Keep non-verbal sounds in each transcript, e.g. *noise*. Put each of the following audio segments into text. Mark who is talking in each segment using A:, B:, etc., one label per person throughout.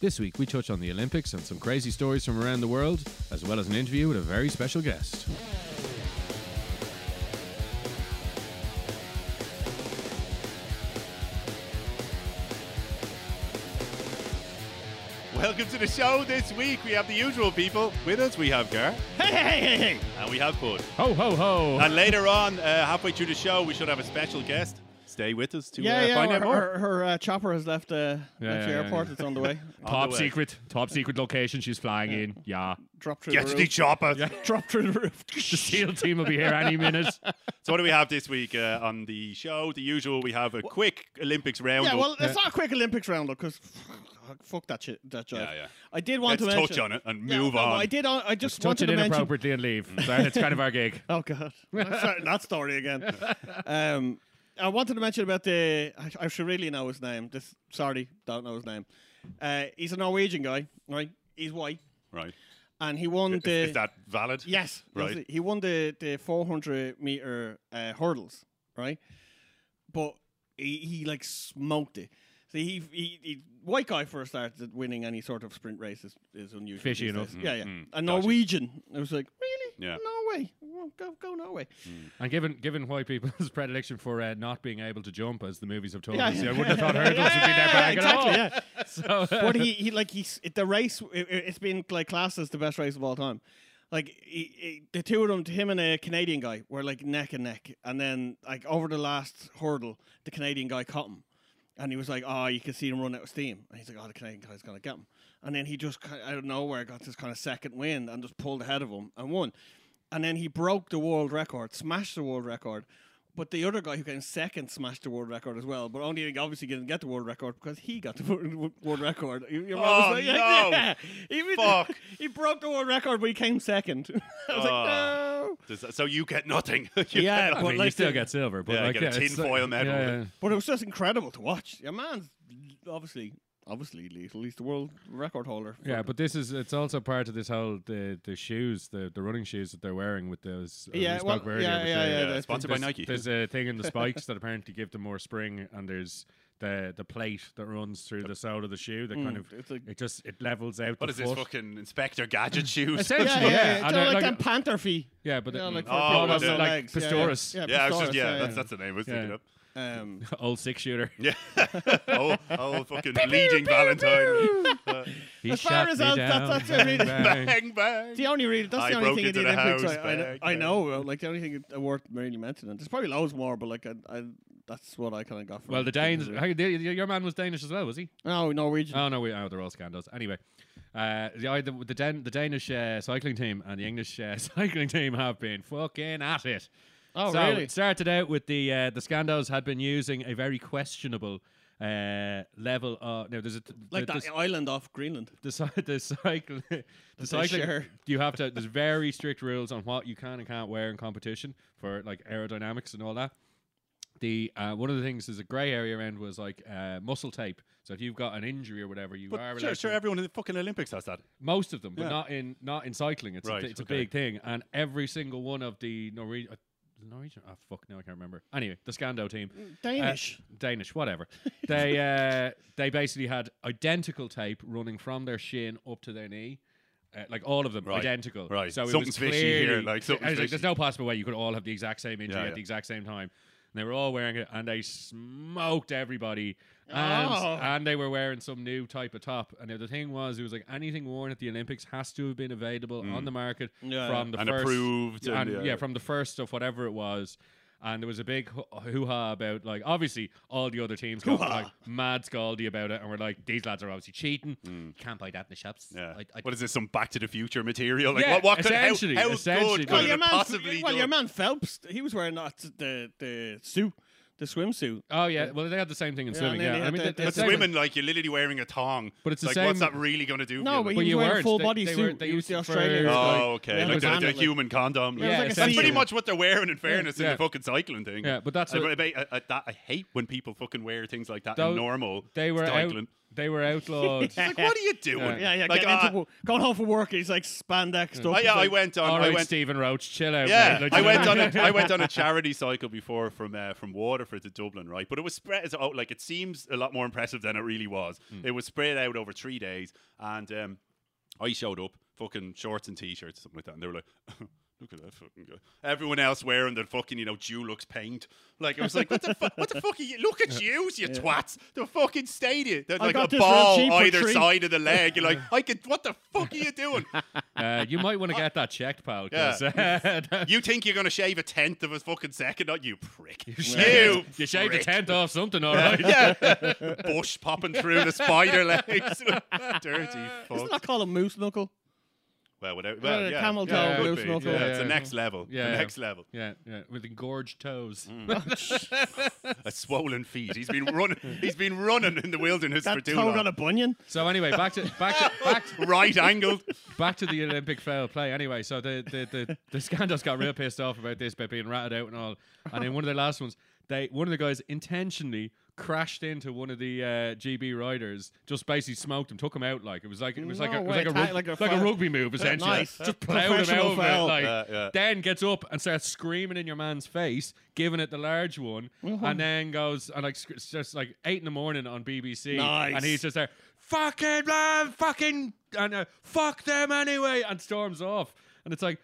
A: This week, we touch on the Olympics and some crazy stories from around the world, as well as an interview with a very special guest.
B: Welcome to the show this week. We have the usual people. With us, we have Gar. Hey, hey, hey, hey. And we have Bud.
A: Ho, ho, ho!
B: And later on, uh, halfway through the show, we should have a special guest. Stay with us to
C: Yeah,
B: uh,
C: yeah.
B: find
C: her
B: out more.
C: her, her, uh, chopper has left, uh,
A: Yeah,
C: left the
A: yeah, yeah,
C: airport.
A: yeah.
C: It's on
B: *laughs*
C: the way.
B: On
D: Top
B: the way.
D: secret, top secret location she's flying in. Yeah.
C: Drop through
B: Get
C: the
B: to
C: roof.
B: the chopper.
C: *laughs* Drop through
B: *laughs*
C: the roof.
D: The SEAL team will be here *laughs* any minute.
B: So, what do we have this week uh, on the show? The usual, we have a quick Olympics round.
C: yeah,
B: up.
C: well, it's not a quick Olympics round, look, because fuck that shit. That jive.
B: Yeah, yeah.
C: I did want
B: let's
C: to mention,
B: touch on it and
C: Yeah,
B: move
C: no,
B: on.
C: I did. On, I just
D: Touch
C: wanted
D: it
C: to mention.
D: inappropriately and leave. So that's kind of our gig.
C: *laughs* Oh god,
B: *laughs*
C: I'm sorry, that story again. Um, I wanted to mention about the. I, I should really know his name. This sorry, don't know his name. Uh, he's a Norwegian guy, right? He's white,
B: Right.
C: and he won
B: Is,
C: the.
B: is that valid?
C: Yes,
B: Right.
C: yes, He won the the 400 meter uh, hurdles, right? But he, he like smoked it. So he, he he white guy for a start that winning any sort of sprint race is, is unusual.
D: Fishy
C: these
D: enough.
C: days. Yeah, yeah.
B: mm,
C: A
B: gotcha.
C: Norwegian. I was like, really?
B: Yeah. Mm.
C: No way. Well, go go Norway.
D: *laughs* And given given white people's *laughs* predilection for uh, not being able to jump, as the movies have told
C: Yeah.
D: us, I wouldn't have *laughs* thought hurdles would be that bag at all.
C: yeah.
D: *laughs* So, uh,
C: But he, he like he's it- the race. It, it- it's been like classed as the best race of all time. Like he, he- the two of them, him and a Canadian guy, were like neck and neck. And then like over the last hurdle, the Canadian guy caught him, and he was like, "Oh, you can see him run out of steam." And he's like, "Oh, the Canadian guy's gonna get him." And then he just ki- out of nowhere got this kind of second win and just pulled ahead of him and won. And then he broke the world record, smashed the world record. But the other guy who came second smashed the world record as well, but only obviously didn't get the world record because he got the *laughs* wor- world record. You- you know, I was *laughs*
B: Oh,
C: like,
B: no.
C: He, was-
B: Fuck.
C: *laughs* he broke the world record, but he came second. *laughs* I was like, no.
B: Oh. Does that- so you get nothing. *laughs* You get
C: Yeah,
B: nothing.
D: I
C: but
D: mean, you
C: like
D: still
C: the-
D: get silver, but
B: Yeah,
D: like,
B: get a
D: yeah, it's
B: tinfoil
D: like-
B: medal.
D: yeah, yeah.
C: But it was just incredible to watch. Your man's obviously, obviously lethal. He's the world record holder.
D: Yeah, but this is it's also part of this whole the the shoes, the the running shoes that they're wearing with those. as
C: Yeah,
D: we spoke
C: well,
D: earlier
C: yeah,
D: with
C: yeah,
D: the-
C: yeah,
B: Yeah,
C: that's-
B: sponsored by
D: there's-
B: Nike.
D: There's a thing
C: *laughs*
D: in the spikes that apparently give them more spring, and there's the the plate that runs through the sole of the shoe that kind
C: Mm,
D: of
C: it's like-
D: it just it levels out.
B: What
D: the
B: is this
D: foot.
B: fucking Inspector
C: *laughs*
B: Gadget shoes?
D: Essentially,
C: yeah, yeah,
D: Yeah,
C: yeah.
D: and
C: It's
D: they're
C: all like
D: like-
C: them Panther fee.
D: Yeah, but
C: You know,
D: mm,
C: like for
B: Oh,
C: people
B: with
C: with
B: the-
C: no legs.
D: like
C: Yeah,
D: Pistoris.
C: Yeah,
B: *laughs* yeah, I was just,
C: Pistoris,
B: yeah,
C: yeah,
B: that's
C: yeah.
B: that's the name I was
D: Yeah.
B: thinking of.
C: Um,
B: *laughs*
D: old six shooter.
B: Yeah. oh, oh, fucking leading Valentine. Uh,
D: He
C: As far as I'm- that's- that's what I
B: *laughs*
C: mean.
B: bang, bang.
C: the only reason that's
B: I
C: the only
B: broke
C: thing in
B: into
C: the
B: the
C: Olympics
B: house
C: I, I, know-
B: back
C: I
B: then.
C: know. uh, Like the only thing uh, worth really mentioning. There's probably loads more, but like I, I, that's what I kind of got. From
D: Well, the
C: it.
D: Danes. how- the- Your man was Danish as well, was he?
C: No, Norwegian.
D: Oh no, we oh, they're all scandals. Anyway, uh, the I- the the, Dan, the Danish uh, cycling team and the English uh, *laughs* cycling team have been fucking at it.
C: Oh,
D: so
C: really?
D: It started out with the uh, the Scandos had been using a very questionable uh, level of no, there's a
C: like
D: the,
C: that island off Greenland.
D: the, cy- the cycle *laughs* the cycling
C: share.
D: you have to there's very strict rules on what you can and can't wear in competition for like aerodynamics and all that the uh, one of the things is a grey area around was like uh, muscle tape so if you've got an injury or whatever you are
B: But sure,
D: allowed
B: sure,
D: to-
B: everyone in the fucking Olympics has that.
D: most of them but
B: Yeah.
D: not in not in cycling it's, a,
B: Right,
D: th- it's
B: okay.
D: a big thing and every single one of the Norwegian uh, Norwegian oh fuck no I can't remember anyway the Scando team
C: Danish.
D: uh, Danish,
B: *laughs*
D: whatever. they uh, they basically had identical tape running from their shin up to their knee. Uh, like all of them
B: Right,
D: identical.
B: right.
D: So it was
B: Something's fishy
D: clearly,
B: here, like, something's
D: I was
B: fishy.
D: There's no possible way you could all have the exact same injury
B: Yeah,
D: at
B: yeah.
D: the exact same time. And they were all wearing it, and they smoked everybody.
C: Oh.
D: And, and they were wearing some new type of top. And the thing was, it was like anything worn at the Olympics has to have been available on the market
C: Yeah,
D: from the
B: Mm. And
D: first
B: approved and,
D: and,
B: yeah,
D: yeah,
B: yeah.
D: from the first of whatever it was. And there was a big hoo- hoo-ha about like obviously all the other teams got like mad scaldy about it, and we're like these lads are obviously cheating. Can't buy that in the shops.
B: Mm. Yeah.
D: I- I-
B: what is this? Some Back to the Future material? Like,
D: Yeah,
B: what, what could, how,
D: essentially,
B: how
D: essentially.
B: good
D: Well,
B: could it
C: your
B: have
C: man,
B: possibly
C: well, your
B: done?
C: man Phelps, he was wearing that the the suit, the swimsuit.
D: oh yeah, well they had the same thing in
C: Yeah,
D: swimming.
C: and then
D: Yeah,
C: they
D: I
C: had
D: mean,
C: the-
D: th-
C: the
D: that's
B: It's
D: the same-
B: women like you're literally wearing a thong.
D: But it's the
B: like, what's
D: same-
B: that really going to do?
C: No,
B: for
C: but
D: But
B: you?
C: he was
D: you
C: wearing a
D: weren't.
C: full
D: They-
C: body
D: they were-
C: suit.
D: they
C: he was
D: used
C: the
D: it for-
C: Australian. guy.
B: oh, okay.
C: Yeah,
B: like
C: it was
B: the, the
C: handled, like-
B: human condom.
C: Yeah, it was like a
B: that's pretty
C: season.
B: much what they're wearing. In fairness, in
D: yeah.
B: the fucking cycling thing.
D: Yeah, but that's
B: I,
D: what-
B: I, I, I- that- I hate when people fucking wear things like that
D: Tho-
B: in normal
D: they were out,
B: cycling.
D: They were outlawed.
C: *laughs*
B: It's like, what are you doing?
D: Yeah.
C: Yeah, yeah.
B: Like,
C: getting into
B: uh,
C: wo- going home from work, he's like spandex stuff.
B: I, yeah, I went on.
D: All
B: I
D: right,
B: went.
D: Stephen Roach, chill out.
B: Yeah,
D: mate. Like,
B: I
D: you
B: went
D: know-
B: on
C: *laughs*
B: a I went on a charity cycle before from uh, from Waterford to Dublin, right? But it was spread as- out like it seems a lot more impressive than it really was.
C: Hmm.
B: It was spread out over three days, and um, I showed up fucking shorts and t-shirts, something like that, and they were like. *laughs* Look at that fucking guy. Everyone else wearing their fucking, you know, Jew looks paint. Like, I was like, what the fuck? What the fuck are you? Look at you, you twats. The fucking stadium. There's
C: I
B: like
C: got
B: a
C: this real
B: ball
C: cheap for
B: either
C: three.
B: side of the leg. You're like, I could, what the fuck are you
C: *laughs*
B: doing?
D: *laughs* Uh, you might want
B: *laughs*
D: to get that checked, pal. 'cause, uh, *laughs*
B: You think you're going to shave a tenth of a fucking second? Not you, prick. You,
D: shaved- you shaved
B: prick.
D: a tenth off something, all right?
B: *laughs* Yeah. Bush popping through the spider legs. *laughs* Dirty
C: Isn't
B: fuck.
C: that called a moose knuckle?
B: Well, without, well,
C: Uh,
B: yeah.
C: camel
B: yeah,
D: toe,
B: it
C: loose
B: could be.
C: knuckle.
B: Yeah, it's the
D: Yeah.
B: next level.
D: Yeah.
B: The next level.
D: Yeah, yeah, with engorged toes.
B: Mm. A swollen feet. He's been running. He's been running in the wilderness for
C: That
B: too
C: toe
B: long.
C: on a bunion?
D: So anyway, back to back
B: *laughs*
D: to back to,
B: Right angled.
D: *laughs* back to the Olympic foul play. Anyway, so the the, the the scandals got real pissed off about this, about being ratted out and all. And in one of their last ones, they one of the guys intentionally crashed into one of the uh, GB riders, just basically smoked him, took him out like it was like it was like
C: No
D: a, it
C: way.
D: was like, a,
C: Ta-
D: rug-
C: like a
D: like a
C: foul.
D: rugby move essentially.
C: Nice.
D: Just plowed him
C: Professional
D: over.
C: foul.
D: Like,
B: Yeah, yeah.
D: Then gets up and starts screaming in your man's face, giving it the large one,
C: Mm-hmm.
D: and then goes and like sc- it's just like eight in the morning on BBC,
C: Nice.
D: and he's just there, fucking man, fucking and uh, fuck them anyway, and storms off, and it's like.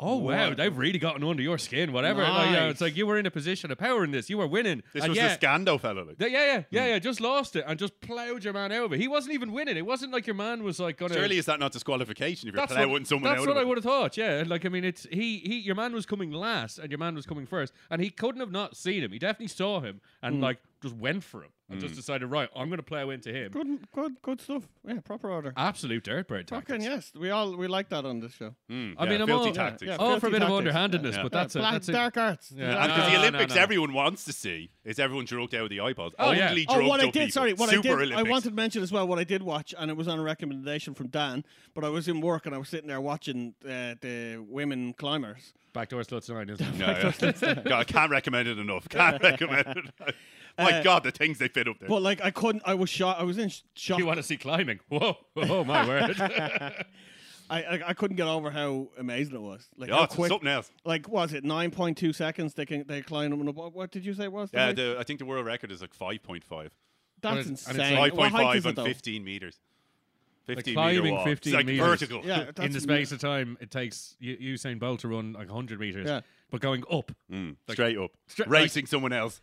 D: Oh wow,
C: Wow.
D: they've really gotten under your skin. Whatever, like, you know, it's
C: Nice.
D: like you were in a position of power in this. You were winning.
B: This
D: and
B: was
D: Uh, yeah,
B: the Hmm. Scando fellow. Like.
D: th- yeah, yeah, yeah, yeah. Just lost it and just plowed your man over. He wasn't even winning. It wasn't like your man was like gonna.
B: Surely is that not disqualification if you're
D: that's
B: playing
D: what,
B: someone
D: that's
B: out?
D: what
B: of
D: I
B: it?
D: would have thought. Yeah, like I mean, it's he, he. Your man was coming last, and your man was coming first, and he couldn't have not seen him. He definitely saw him, and
B: Hmm.
D: like just went for him, and just decided, right, I'm gonna plow into him.
C: Good, good, good stuff. Yeah, proper order.
B: Ah,
D: Absolute dirtbird
C: Fucking
D: tactics.
C: yes, we all we like that on this show.
B: Mm,
D: I
B: yeah,
D: mean, I'm
B: filthy
D: all- yeah,
B: tactics.
C: yeah.
D: Oh, for a bit of
C: Filthy tactics.
D: underhandedness,
B: Yeah.
D: but that's
C: Black,
D: it. That's it.
C: dark arts.
D: Yeah.
B: And
D: No,
B: because Uh, the
D: no,
B: Olympics,
D: no.
B: everyone wants to see is everyone drugged out of the eyeballs.
D: Oh,
B: Only
D: yeah.
B: drugged
C: oh, what I
B: up
C: did,
B: people.
C: sorry, what
B: Super
C: I did,
B: Olympics.
C: I
B: *laughs*
C: wanted to mention as well what I did watch, and it was on a recommendation from Dan. But I was in work and I was sitting there watching uh, the women climbers.
D: Backdoor sluts nine, isn't it?
B: *laughs* Yeah,
C: *laughs*
B: yeah. God, I can't recommend it enough. Can't recommend it. Enough. My
C: Uh,
B: God, the things they fit up there.
C: But like, I couldn't. I was shot. I was in sh- shock.
D: You want to see climbing? Whoa! *laughs* Oh my word!
C: I, I I couldn't get over how amazing it was. Like
B: oh,
C: how
B: it's
C: quick.
B: something else.
C: Like was it nine point two seconds? They can they climb them. Up. What- What did you say it was?
B: Yeah,
C: Derek?
B: the, I think the world record is like 5.5.
C: that's
D: and it's- and
C: insane.
D: it's like-
C: What height
B: 5.5
C: is it,
B: and
C: though?
B: 15 meters. 15 meter
D: climbing
B: wall.
D: 15
B: it's like
D: meters.
B: vertical.
C: Yeah, *laughs* that's
D: in the space of time it takes U- Usain Bolt to run like 100 meters,
C: Yeah.
D: but going up.
B: Mm, straight up.
D: Stra- like-
B: Racing someone else.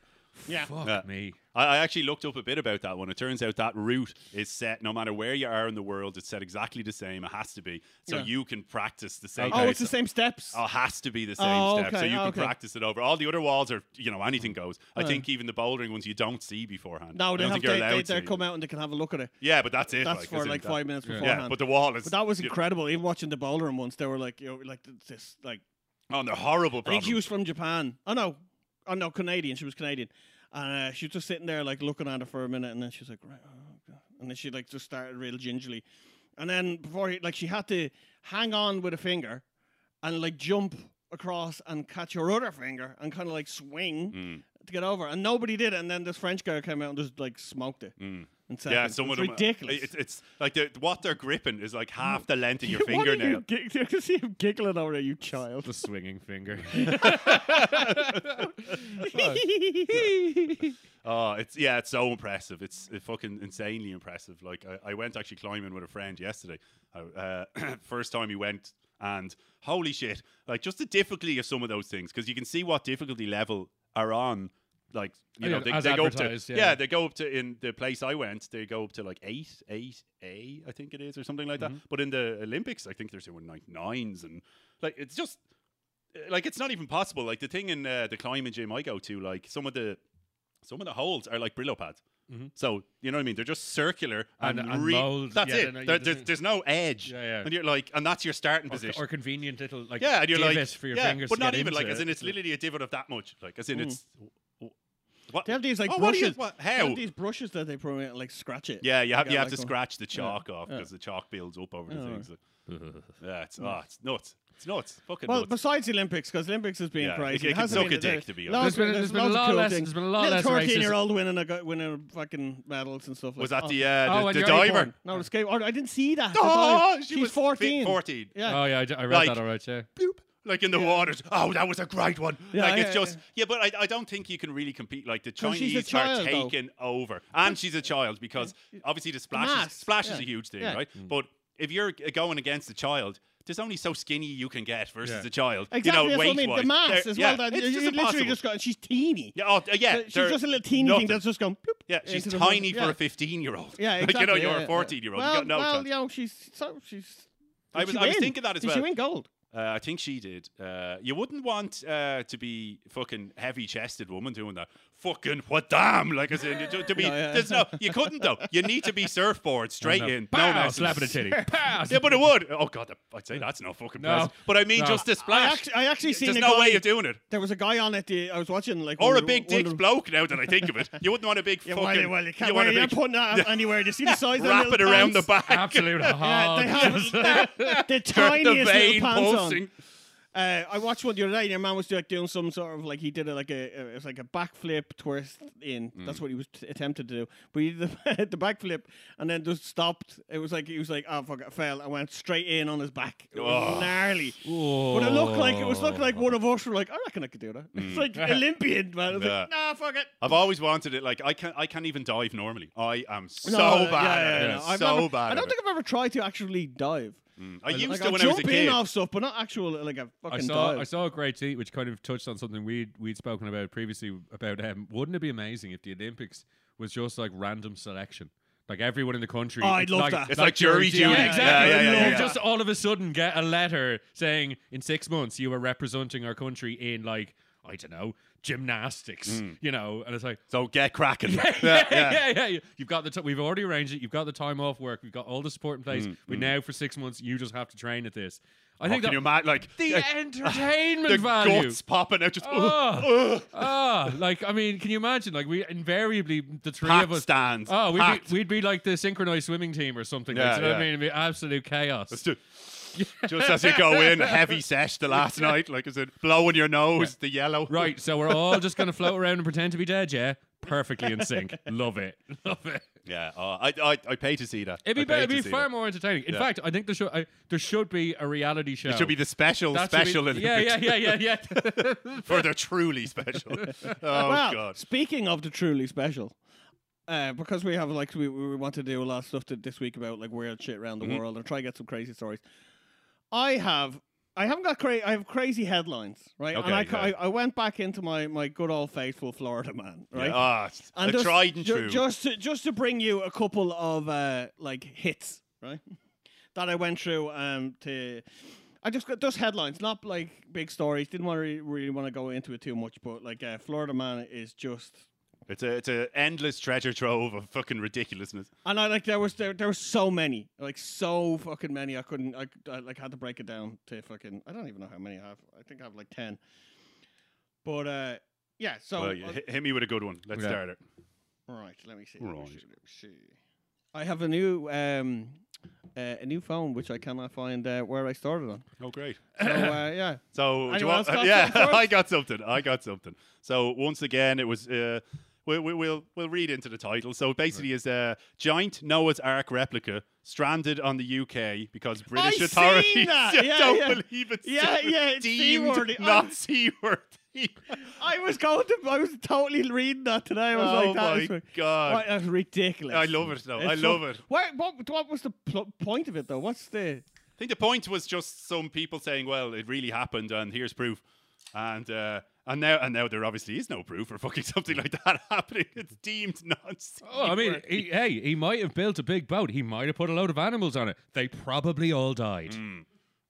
C: Yeah.
D: Fuck
B: Yeah.
C: *laughs*
D: me.
B: I, I actually looked up a bit about that one. It turns out that route is set no matter where you are in the world. It's set exactly the same. It has to be, so
C: Yeah.
B: you can practice the same.
C: Oh,
B: way.
C: it's the same steps.
B: Oh, it has to be the same
C: Oh,
B: step, so
C: okay,
B: you can
C: okay. Mm.
B: practice it over. All the other walls are, you know, anything goes. I think even the bouldering ones you don't see beforehand.
C: No,
B: I
C: they
B: don't
C: have
B: think you're
C: they, they,
B: allowed
C: they
B: to.
C: come out and they can have a look at it.
B: Yeah, but that's it.
C: That's
B: like,
C: for
B: isn't
C: like
B: that-
C: five minutes
D: Yeah.
C: beforehand.
B: Yeah, but the wall is.
C: But that was
B: you know,
C: incredible. Even watching the bowler and once, they were like, you know, like this, like
B: Oh, and they're horrible.
C: I think
B: Problems.
C: she was from Japan. Oh no, oh no, Canadian. She was Canadian, and uh, she was just sitting there like looking at it for a minute, and then she's like, right, oh, God. and then she like just started real gingerly, and then before he, like she had to hang on with a finger, and like jump across and catch her other finger and kind of like swing
B: Mm.
C: to get over, and nobody did, and then this French guy came out and just like smoked it.
B: Mm.
C: in
B: Yeah,
C: seconds.
B: some
C: It
B: of
C: was
B: them.
C: ridiculous.
B: It's, it's like the, what they're gripping is like half the
C: *laughs*
B: length of your
C: What are
B: fingernail.
C: you gig- *laughs* You can see him giggling over there, you child.
D: The swinging
C: *laughs*
D: finger.
C: *laughs*
B: Oh, it's yeah, it's so impressive. It's uh, fucking insanely impressive. Like I, I went actually climbing with a friend yesterday. I- uh, *coughs* first time he went, and holy shit! Like just the difficulty of some of those things because you can see what difficulty level are on. Like you
D: Oh,
B: know,
D: yeah,
B: they,
D: as
B: they go up to
D: advertised, yeah.
B: they go up to in the place I went, they go up to like eight, eight A, I think it is, or something like
D: Mm-hmm.
B: that. But in the Olympics, I think they're doing like nines and like it's just like it's not even possible. Like the thing in uh, the climbing gym I go to, like some of the some of the holes are like Brillo pads. So you know what I mean? They're just circular and,
D: Mm-hmm. And- and
B: re-
D: moulds.
B: That's
D: Yeah,
B: it.
D: they're not-
B: There-
D: yeah,
B: there's,
D: there's-
B: there's no edge.
D: Yeah, yeah.
B: And you're like, and that's your starting position.
D: or convenient little like
B: yeah, and you're like,
D: divot for your
B: yeah,
D: fingers.
B: but
D: to
B: not
D: get
B: even
D: into
B: like as in
D: it. Mm.
B: it's literally a divot of that much. Like as in it's what
C: They have these like
B: oh, what do you-
C: brushes.
B: what-
C: they have
B: how?
C: these brushes that they probably like scratch it.
B: Yeah, you have
C: Yeah,
B: you have
C: like
B: to
D: *laughs*
C: one.
B: scratch the chalk off because the chalk builds up over the
C: Yeah.
B: things. Yeah, it's, oh, it's nuts. It's nuts. Fucking
C: Well,
B: nuts.
C: besides the Olympics, because Olympics has been
B: Yeah,
C: praised.
B: it- it can
C: hasn't
B: suck
C: been
B: a dick,
C: day.
B: to be honest.
C: Lots
D: There's been-
C: of-
D: there's been a
C: lots
D: lot
C: cool
D: less-
C: things.
D: there's been a lot
C: Little
D: less
C: Thirteen-year-old winning a go- winning fucking medals and stuff. Like
B: was that
C: oh.
B: the uh,
D: Oh,
B: the,
D: and
B: the
D: you're
B: diver?
D: unicorn.
C: No, the skate. I didn't see that. The
B: Oh,
C: dive-
B: she
C: she's
B: was fi-
C: fourteen.
B: 14.
C: Yeah.
D: Oh yeah, I, d- I read
B: Like-
D: that alright. Yeah.
B: Bloop. Like in the waters. Oh, that was a great one.
C: Yeah,
B: like it's
C: yeah,
B: just yeah, but I, I don't think you can really compete. Like the
C: 'Cause she's a
B: Chinese
C: child,
B: are
C: though.
B: taken over, and she's a child because obviously the splash is,
C: mass,
B: splash is
C: yeah,
B: a huge thing,
C: yeah. Mm.
B: right? But if you're uh, going against a child. There's only so skinny you can get versus
D: Yeah.
B: a child.
C: Exactly.
B: You know,
C: that's what I mean.
B: weight-wise.
C: The mass
B: They're-
C: as
B: yeah,
C: well. That
B: it's
C: you,
B: just
C: you literally
B: impossible.
C: just got. and She's teeny.
B: Yeah, oh, uh, yeah.
C: So she's
B: they're
C: just a little teeny
B: nothing.
C: thing that's just gone. bloop,
B: Yeah, she's
C: into the
B: tiny
C: water.
B: for
C: Yeah.
B: a 15 year old.
C: Yeah, exactly.
B: *laughs* Like, you know,
C: yeah,
B: you're
C: yeah.
B: a 14 year old.
C: Well,
B: you got no
C: well,
B: chance.
C: you know, she's so she's.
B: I
C: did
B: was-
C: she
B: I was
C: win?
B: thinking that as
C: Did She
B: well.
C: win gold.
B: Uh, I think she did. Uh, you wouldn't want uh, to be fucking heavy chested woman doing that. Fucking what damn? Like I said, to,
C: *laughs*
B: to be.
C: yeah.
B: There's no. You couldn't though. You need to be surfboard straight
D: No.
B: in.
D: Pow,
B: no messes.
D: slapping a
B: *laughs*
D: titty. Pow,
B: Yeah, but it would. Oh god, that- I'd say that's no fucking
D: No.
B: place. But I mean,
D: No.
B: just the
C: I
B: splash.
C: actually, I actually seen
B: There's
C: a
B: no
C: guy,
B: way of doing it.
C: There was a guy on it. The, I was watching like
B: Or a
C: Wonder-
B: big dick
C: Wonder-
B: bloke. Now that I think of it, you wouldn't want a big
C: *laughs* Yeah,
B: fucking.
C: well, well, you can't
B: want
C: wear
B: a
C: it. You're
B: big
C: putting
B: *laughs*
C: that out anywhere. Do you see the size? of
B: wrap
C: them
B: it
C: little
B: around the
C: pants?
B: back. *laughs*
D: Absolute
C: Yeah,
D: hog.
C: they have the,
B: Turn the
C: the tiniest
B: vein
C: little pants on.
B: pulsing.
C: Uh, I watched one the other day, and your man was like doing some sort of like he did a, like a it was like a backflip twist in.
B: Hmm.
C: That's what he was t- attempted to do, but he did the, *laughs* the backflip and then just stopped. It was like he was like, "Oh fuck, I fell!" and went straight in on his back. It was
B: Oh.
C: gnarly, but it looked like it was looked like one of us were like, "I reckon I could do that." *laughs* It's like
B: Hmm.
C: Olympian
B: *laughs*
C: man. It was like,
B: Yeah.
C: "Nah, fuck it."
B: I've always wanted it. Like I can't, I can't even dive normally. I am so
C: No, yeah,
B: bad.
C: yeah,
B: at it.
C: yeah, no. I've
B: so
C: never-
B: bad.
C: I
B: at
C: don't
B: it.
C: think I've ever tried to actually dive.
B: I used
C: Like,
B: to
C: I'll
B: when I was a
C: jump in
B: kid.
C: off stuff, but not actual like a
D: I
C: fucking
D: saw
C: dive.
D: I saw a great tweet which kind of touched on something we'd we'd spoken about previously about um, wouldn't it be amazing if the Olympics was just like random selection. Like everyone in the country,
C: Oh, I'd
D: it's
C: love
D: like,
C: that.
B: It's like jury duty.
D: Yeah,
C: Yeah,
D: exactly.
C: yeah, yeah, yeah,
D: you
C: yeah.
D: just all of a sudden get a letter saying in six months you were representing our country in like I don't know gymnastics,
B: Hmm.
D: you know, and it's
B: *laughs*
D: like
B: so get cracking.
D: *laughs* yeah, yeah, yeah, yeah. You've got the t- we've already arranged it. You've got the time off work. We've got all the support in
B: Hmm,
D: place. we now for six months. You just have to train at this. I
B: Oh,
D: think
B: can you
D: that
B: imagine? Like
D: the
B: uh,
D: entertainment
B: *laughs* the
D: value.
B: guts popping out. Just *laughs*
D: Oh, oh, like I mean, can you imagine? Like we invariably the three
B: Packed
D: of us
B: stands,
D: Oh, we'd
B: packed.
D: be, we'd be like the synchronized swimming team or something. like,
B: Yeah,
D: you know what I
B: yeah.
D: mean? It'd be absolute chaos.
B: Let's do- just as you go in, a heavy sesh
D: *laughs*
B: the last night. Like I said, blowing your nose, the yellow.
D: *laughs* right, so we're all just gonna float around and pretend to be dead. Yeah, perfectly in
B: *laughs*
D: sync. Love it. Love it.
B: Yeah. Oh, I, I I pay to see that.
D: It'd be,
B: I
D: better,
B: pay
D: it'd
B: to
D: be
B: see
D: far
B: that.
D: more entertaining. In
B: Yeah.
D: fact, I think there should I, there should be a reality show.
B: It should be the special,
D: That should be-
B: special
D: yeah, yeah, yeah, yeah, yeah.
B: *laughs*
D: *laughs*
B: for the truly special. oh
C: well,
B: God.
C: speaking of the truly special, uh, because we have like we, we want to do a lot of stuff to, this week about like weird shit around
B: Mm-hmm.
C: the world and try to get some crazy stories. I have I haven't got crazy I have crazy headlines right,
B: Okay,
C: and I, ca-
B: yeah.
C: I I went back into my my good old faithful Florida man right.
B: Ah,
C: and
B: a
C: just,
B: tried and
C: ju-
B: true.
C: Just to, just to bring you a couple of uh, like hits, right? *laughs* That I went through um, to. I just got just headlines, not like big stories. Didn't want to really, really want to go into it too much, but like uh, Florida man is just.
B: It's a it's an endless treasure trove of fucking ridiculousness.
C: And I like there was there, there were so many, like so fucking many. I couldn't I, I like had to break it down to fucking. I don't even know how many I have. I think I have like ten. But uh, yeah, so
B: well, you
C: uh,
B: hit, hit me with a good one. Let's
D: Okay.
B: start it.
C: Right, let me see. let me
B: Right.
C: see, let me see. I have a new um uh, a new phone which I cannot find uh, where I started *laughs* on.
B: Oh, great.
C: So uh, yeah.
B: So, do you
C: Anyone
B: want,
C: else
B: *laughs*
C: got
B: yeah,
C: something for us?
B: I got something. I got something. So, once again, it was. Uh, we, we, we'll we'll read into the title. So basically, is a giant Noah's Ark replica stranded on the UK because British
C: seen
B: authorities
C: that.
B: *laughs* I
C: Yeah,
B: don't
C: yeah.
B: believe it's
C: Yeah, yeah, it's
B: deemed
C: seaworthy. I-
B: not seaworthy. *laughs*
C: I was going to I was totally reading that today. I was
B: oh
C: like that
B: my
C: is ri-
B: god!
C: Why- that's ridiculous.
B: I love it though.
C: It's
B: I
C: so-
B: love it.
C: Why, what, what was the pl- point of it though? What's the
B: I think the point was just some people saying, "Well, it really happened, and here's proof," and uh, and now and now there obviously is no proof for fucking *laughs* something like that happening. It's deemed not.
D: Oh, I mean,
B: seaworthy.
D: he, hey, he might have built a big boat. He might have put a load of animals on it. They probably all died.
B: Hmm.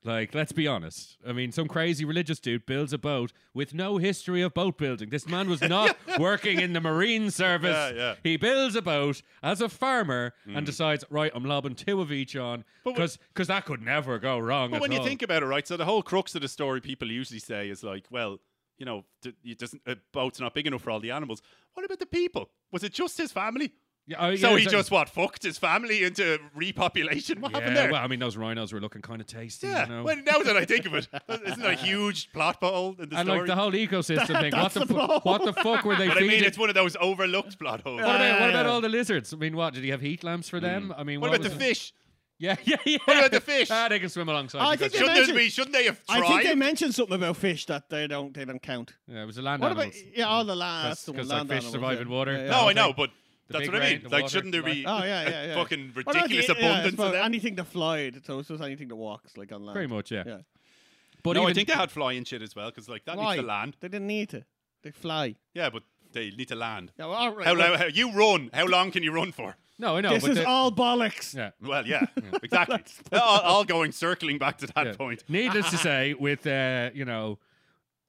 D: Like, let's be honest. I mean, some crazy religious dude builds a boat with no history of boat building. This man was
B: *laughs*
D: not working in the marine service.
B: Yeah, yeah. Hmm.
D: He builds a boat as a farmer and decides, right, I'm lobbing two of each on
B: But
D: because that could never go wrong.
B: but
D: at
B: when you
D: all.
B: think about it, right? So the whole crux of the story people usually say is like, "Well, you know, th- it doesn't, a boat's not big enough for all the animals." What about the people? Was it just his family?
D: Yeah, oh,
B: So
D: yeah,
B: he
D: exactly.
B: just what fucked his family into repopulation. What happened
D: Yeah,
B: there?
D: Well, I mean, those rhinos were looking kind of tasty.
B: yeah.
D: You know?
B: Well, now that I think of it, *laughs* isn't that a huge plot hole in the
D: and
B: story?
D: like the whole
B: *laughs*
D: ecosystem thing. What
C: That's
D: the,
C: the
D: fu- what the fuck were they
B: but I
D: feeding?
B: mean, it's one of those overlooked plot holes.
D: what, about, what
C: Yeah,
D: about
C: yeah.
D: all the lizards? I mean, what did he have heat lamps for them? I mean,
B: Uh, Hmm. what
D: what,
B: about the
D: was it?
B: fish?
D: Yeah, yeah, *laughs* yeah.
B: What about the fish?
D: Ah, they can swim alongside.
C: I
D: you guys.
C: think they
B: Shouldn't, there
C: mentioned-
B: be, shouldn't they have
C: I
B: tried?
C: think they mentioned something about fish that they don't they don't count.
D: yeah, it was the land
C: What
D: animals.
C: about yeah, all the land? that's the one,
D: Because like
C: land
D: fish
C: animals,
D: survive
C: yeah.
D: in water.
C: Yeah, yeah.
B: no, I
D: thing.
B: know, but
D: The
B: that's
D: big
B: what I
D: rain,
B: mean.
D: the
B: Like,
D: water,
B: shouldn't there
D: the
B: be
C: light. Oh, yeah,
B: a
C: yeah, yeah.
B: fucking
C: What about
B: ridiculous
C: the- yeah, I
B: abundance
C: suppose
B: of them?
C: Anything that flied, so it's just anything that walks, like on land.
D: Pretty much, yeah.
C: Yeah.
D: But
B: no,
D: even,
B: I think they had flying shit as well, because like that
C: Why?
B: needs to land.
C: They didn't need to. They fly.
B: Yeah, but they need to land.
C: Yeah, well, all right.
B: How,
C: well,
B: lo- how you run? How long can you run for?
D: no, I know.
C: this
D: but
C: is
D: the-
C: all bollocks.
D: yeah.
B: Well, *laughs* yeah, exactly. all, all going circling back to that
D: yeah.
B: point.
D: Needless
B: *laughs*
D: to say, with uh, you know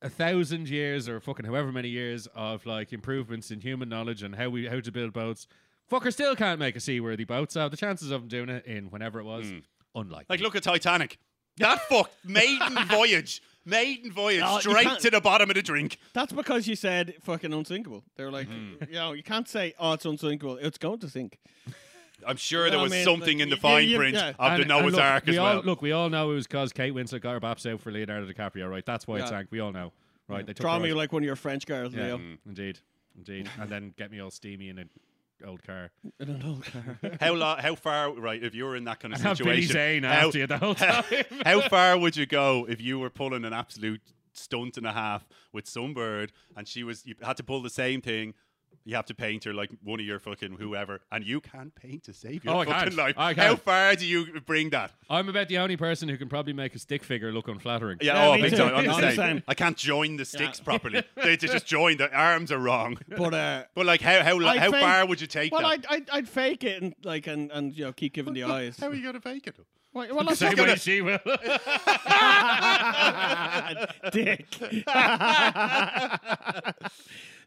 D: a thousand years or fucking however many years of like improvements in human knowledge and how we how to build boats, fucker still can't make a seaworthy boat. So the chances of them doing it in whenever it was, unlikely.
B: Hmm. Like, look at Titanic. That fuck maiden *laughs* voyage, maiden voyage
C: Oh, you
B: straight
C: can't-
B: to the bottom of the drink.
C: That's because you said fucking unsinkable. They were like,
B: Hmm.
C: you know, you can't say, oh, it's unsinkable. It's going to sink.
B: I'm sure
C: No,
B: there
C: I
B: was
C: mean,
B: something
C: like,
B: in the
C: y-
B: fine
C: y- y-
B: print
C: yeah.
B: of the
D: And- and
B: Noah's
D: look,
B: Ark
D: we
B: as
D: all,
B: well.
D: Look, we all know it was because Kate Winslet got her baps out for Leonardo DiCaprio, right? That's why it
C: Yeah.
D: sank. We all know, right? They took
C: Draw
D: her
C: me
D: out.
C: like one of your French girls,
D: yeah,
C: Leo.
D: mm, indeed, indeed, and then get me all steamy in an old
B: *laughs*
D: car.
C: In an old car. *laughs*
B: how lo- how far? Right, if you were in that
D: *laughs*
B: kind of
D: Have Billy
B: situation,
D: Zane
B: how,
D: after you the whole time.
B: *laughs* how far would you go if you were pulling an absolute stunt and a half with some bird, and she was you had to pull the same thing? You have to paint her like one of your fucking whoever, and you can paint to save your
D: Oh, I
B: fucking
D: can't.
B: life.
D: I
B: How
D: can't.
B: far do you bring that?
D: I'm about the only person who can probably make a stick figure look unflattering.
B: Yeah,
C: Yeah,
B: oh,
C: me
B: big
C: too.
B: time. I'm
C: I'm
B: the
C: the
B: same.
C: same.
B: I can't join the sticks properly. They they just join. The arms are wrong.
C: but, uh,
B: But like, how how lo-
C: I'd
B: how
C: fake-
B: far would you take
C: well,
B: that?
C: I'd, I'd, I'd fake it and, like, and, and, you know, keep giving the eyes.
B: How are you gonna fake it?
C: Well, *laughs* well, I'm
D: *laughs* Same
C: not
D: way
C: gonna-
D: she will.
B: *laughs*
C: "Ah, Dick. *laughs*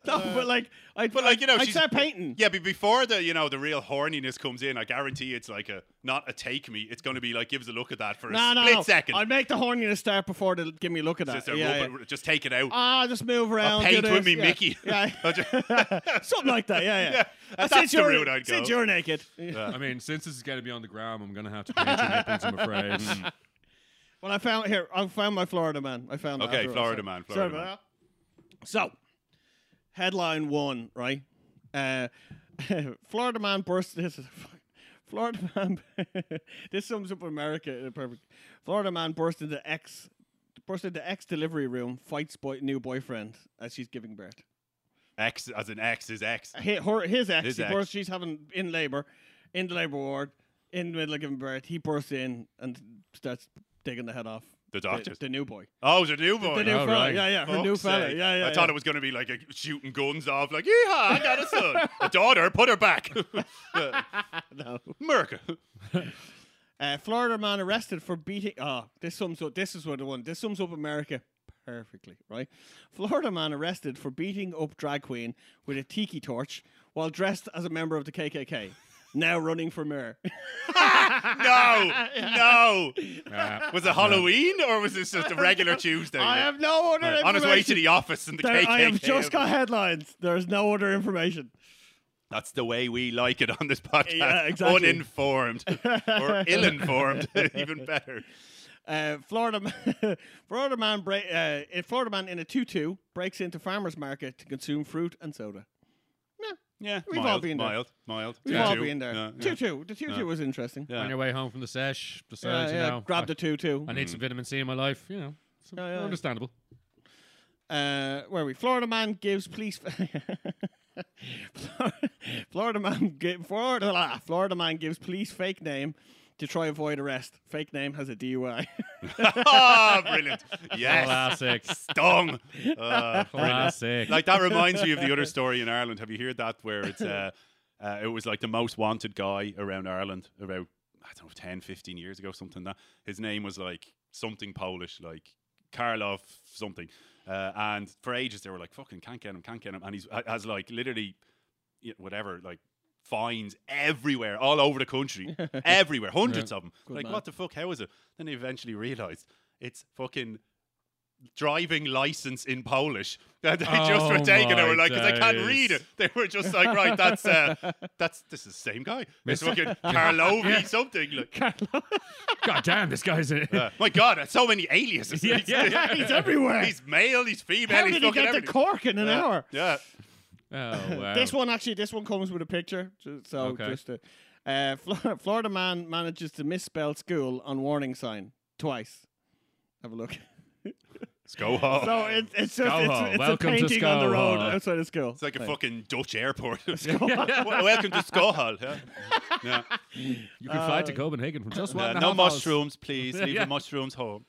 C: no, but like, I'd,
B: But like you know,
C: I'd
B: Uh, she's
C: start painting.
B: Yeah, but before the you know the real horniness comes in, I guarantee it's like a not a take me. It's going to be like give us a look at that for a
C: No, no,
B: split
C: no.
B: second.
C: I'd make the horniness start before they give me a look at that.
B: just, a
C: yeah, yeah.
B: rub it- just take it out.
C: Ah, just move around. do
B: paint with
C: this,
B: me
C: yeah.
B: Mickey.
C: *laughs*
B: *laughs*
C: Yeah.
B: I'll just-
C: Something like that, yeah, yeah.
B: *laughs* Yeah,
C: Ah,
B: that's
C: since
B: the
C: you're-
B: route I'd
C: Since
B: go.
C: you're
B: *laughs*
C: naked.
D: I mean, since this is going to be on the ground, I'm going to have to paint your nipples, I'm
B: *laughs*
D: afraid.
C: *laughs*
B: Mm.
C: Well, I found, here, I found my Florida man. I found that
B: Okay,
C: afterwards.
B: Florida
C: Sorry.
B: man,
C: Sorry
B: Florida
C: about
B: man.
C: that. So, headline one, right? Uh, *laughs* Florida man bursts. *laughs* This is, Florida man. *laughs* this sums up America in a perfect. Florida man bursts into ex, bursts into ex delivery room, fights boy, new boyfriend as she's giving birth.
B: X as an X is X.
C: hi- her, his ex,
B: His
C: he
B: ex.
C: bursts, she's having in labor, in the labor ward, in the middle of giving birth. He bursts in and starts taking the head off
B: The doctors.
C: the, new boy,
B: Oh, it's a new boy.
C: the new
D: oh,
C: fella,
D: right.
C: yeah, yeah, her
B: Fuck's
C: new fella,
B: sake.
C: yeah, yeah.
B: I
C: yeah.
B: thought it was going to be like a shooting guns off, like, yeehaw, I got a
C: *laughs*
B: son, a daughter, put her back.
C: no. *laughs*
B: America.
C: Uh, Florida man arrested for beating. Ah, this sums up. This is what the one. This sums up America perfectly, right? Florida man arrested for beating up drag queen with a tiki torch while dressed as a member of the
B: *laughs*
C: KKK. now running for mayor.
B: No, no. *laughs*
D: Yeah.
B: Was it Halloween or was this just a regular Tuesday?
C: I have no other
B: on his way to
C: information.
B: the office and the
C: There-
B: KKK.
C: I
B: *laughs*
C: have just got headlines. There's no other information.
B: That's the way we like it on this *laughs* podcast.
C: Yeah, exactly.
B: Uninformed *laughs* or ill-informed, even better.
C: Uh, Florida, ma- *laughs* Florida man, bra- uh, a Florida man in a tutu breaks into farmers market to consume fruit and soda.
B: Yeah,
C: We've all
B: mild,
C: been there.
B: mild, mild.
C: We've
B: Yeah.
C: all
B: Two.
C: been there.
B: Yeah, yeah.
C: tutu, the tutu was interesting.
B: Yeah.
D: On
C: *laughs*
D: your way home from the sesh,
C: Yeah,
D: besides,
C: yeah,
D: you know,
C: grab
D: I,
C: the tutu.
D: I
B: Mm.
D: need some vitamin C in my life. You know, it's
C: Yeah, yeah.
D: understandable.
C: Uh, where are we? Florida man gives police. Flor- *laughs* Florida man give Florida ah, Florida man gives police fake name to try avoid arrest. Fake name has a DUI.
B: *laughs*
C: *laughs*
B: Ah, brilliant. Yes.
D: Classic.
B: *laughs* Stung. Uh,
C: *laughs*
D: Classic.
B: like that reminds me of the other story in Ireland. Have you heard that where it's uh, uh it was like the most wanted guy around Ireland about I don't know 10 15 years ago something that his name was like something Polish like Karlov something uh, and for ages they were like fucking can't get him can't get him and he's has like literally you know, whatever like fines everywhere all over the country everywhere hundreds of them like
C: man.
B: what the fuck how is it then they eventually realized it's fucking driving license in Polish. *laughs* That they just
D: Oh
B: were taking it.
D: my
B: We're like, because I can't
D: days.
B: read it. They were just like, right, that's
C: *laughs*
B: uh, that's this is the same guy. It's fucking Karlovi something. Like,
D: God damn, this guy's a.
B: uh, my God, that's so many
C: *laughs*
B: aliases.
D: Yeah, yeah.
C: He's everywhere.
B: He's male. He's female.
C: How
B: he's
C: did he
B: fucking
C: get to
B: everything.
C: Cork in an
B: Yeah,
C: hour?
B: Yeah.
D: *laughs* Oh wow. *laughs*
C: This one actually, this one comes with a picture. ju- So
D: Okay.
C: just a, uh, *laughs* Flo- Florida man manages to misspell school on warning sign twice. Have a look.
B: Let's go home.
C: So it, it's just
D: Skull
C: it's,
D: Oh.
C: it's a
D: Welcome to
C: painting on the
D: Skull
C: road
D: Hall.
C: outside of school.
B: it's like a
C: Right.
B: fucking Dutch
C: *laughs*
B: airport. *laughs* Wel- Welcome to Skohol. Yeah. Yeah.
D: you can fly
C: uh,
D: to Copenhagen from just
B: Yeah,
D: one. and a
B: no
D: half hours.
B: mushrooms,
C: *laughs*
B: please. Leave the mushrooms home.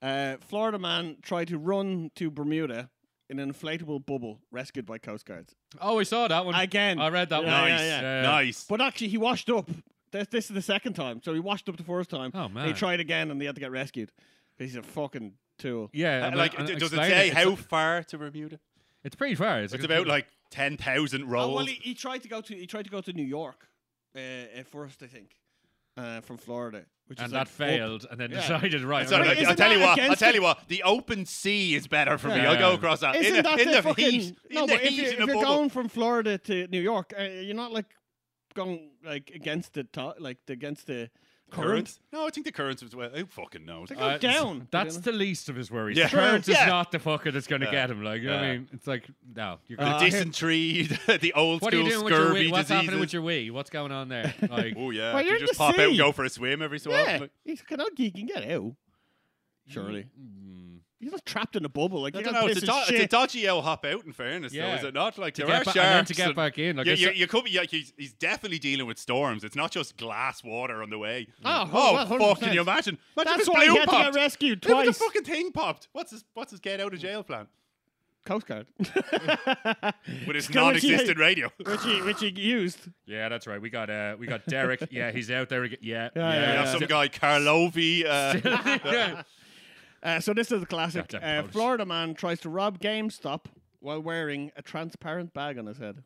C: Uh, Florida man tried to run to Bermuda in an inflatable bubble, rescued by coast guards.
D: Oh, I saw that one.
C: Again.
D: I read that
C: Yeah,
D: one.
B: nice,
C: yeah,
D: yeah.
B: nice.
C: But actually, he washed up. This, this is the second time. So he washed up the first time.
D: Oh,
C: He
D: man.
C: tried again, and he had to get rescued. He's a fucking tool.
D: Yeah,
B: Uh,
D: and
B: like,
D: I- and
B: d- does it
D: explain
B: say
D: It's-
B: how far to Bermuda?
D: It's pretty far. It's,
B: It's
D: like-
B: about like ten thousand rolls.
C: Oh, well, he, he tried to go to he tried to go to New York uh, at first, I think, uh, from Florida, which
D: and
C: is
D: that
C: like up.
D: failed, and then
C: Yeah.
D: decided right.
B: So,
D: I'm
C: Wait,
B: like,
D: gonna-
B: I'll
C: isn't
B: tell you
C: that
B: what. I'll
C: against
B: tell
C: the-
B: you what. The open sea is better for me.
D: Yeah.
B: I'll go across that. in
C: Isn't
B: the,
C: that
B: in
C: the,
B: the
C: fucking
B: heat?
C: no?
B: in the
C: but if,
B: heat
C: you,
B: in
C: if
B: a
C: you're
B: bubble.
C: going from Florida to New York, uh, you're not like going like against the to- like the- against the current.
B: currents? No, I think the currents as well. Who fucking knows?
C: go down.
D: Uh, That's the least of his worries.
B: Yeah.
D: Yeah.
B: True.
D: Currents
B: Yeah.
D: is not the fucker that's going to get him. Like, you know what
B: Yeah.
D: I mean? It's like, no. You're
B: the
D: gonna-
B: dysentery, *laughs* the old
D: Uh, what are
B: school
D: you doing with your
B: scurvy
D: wee? What's happening with
B: diseases.
D: your wee? What's going on
B: *laughs*
D: there? Like,
B: Oh yeah,
C: Well,
B: Do
C: you're
B: you
C: in
B: just
C: the
B: pop out
C: sea.
B: and go for a swim every so
C: Yeah,
B: often.
C: he's cannot he can get
B: Mm,
C: out. Surely,
D: mm,
C: he's not trapped in a bubble. Like
B: I
C: you
B: don't
C: got
B: know. It's a,
C: pieces
B: do-
C: of
B: it's a
C: shit.
B: dodgy old hop out. In fairness,
D: Yeah.
B: though, is it not? Like
D: to
B: there
D: get ba-
B: are sharks.
D: and then to get
B: and-
D: back in. Like,
B: yeah,
D: I
B: you,
D: saw-
B: you could be, like, he's, he's definitely dealing with storms. It's not just glass water on the way.
C: Oh,
B: oh,
C: well,
B: fuck! Can
C: 100%.
B: you imagine? imagine
C: That's
B: if his
C: why he
B: balloon
C: had to
B: popped.
C: get rescued
B: Look at The
C: twice.
B: fucking thing popped. What's his What's his get out of jail
C: *laughs*
B: plan?
C: Coast Guard, *laughs*
B: With his
C: Go with you.
B: non-existent
C: *laughs*
B: radio. *laughs*
C: which he which he used.
D: yeah, that's right. We got uh, we got
B: *laughs*
D: Derek. yeah, he's out there. Again. Yeah,
C: Yeah,
B: We have
C: yeah.
D: *laughs*
B: some guy Karlovi.
C: *laughs*
B: Uh,
D: yeah.
C: Uh, so this is a classic.
D: Goddamn
C: Uh,
D: Polish.
C: Florida man tries to rob GameStop while wearing a transparent bag on his head.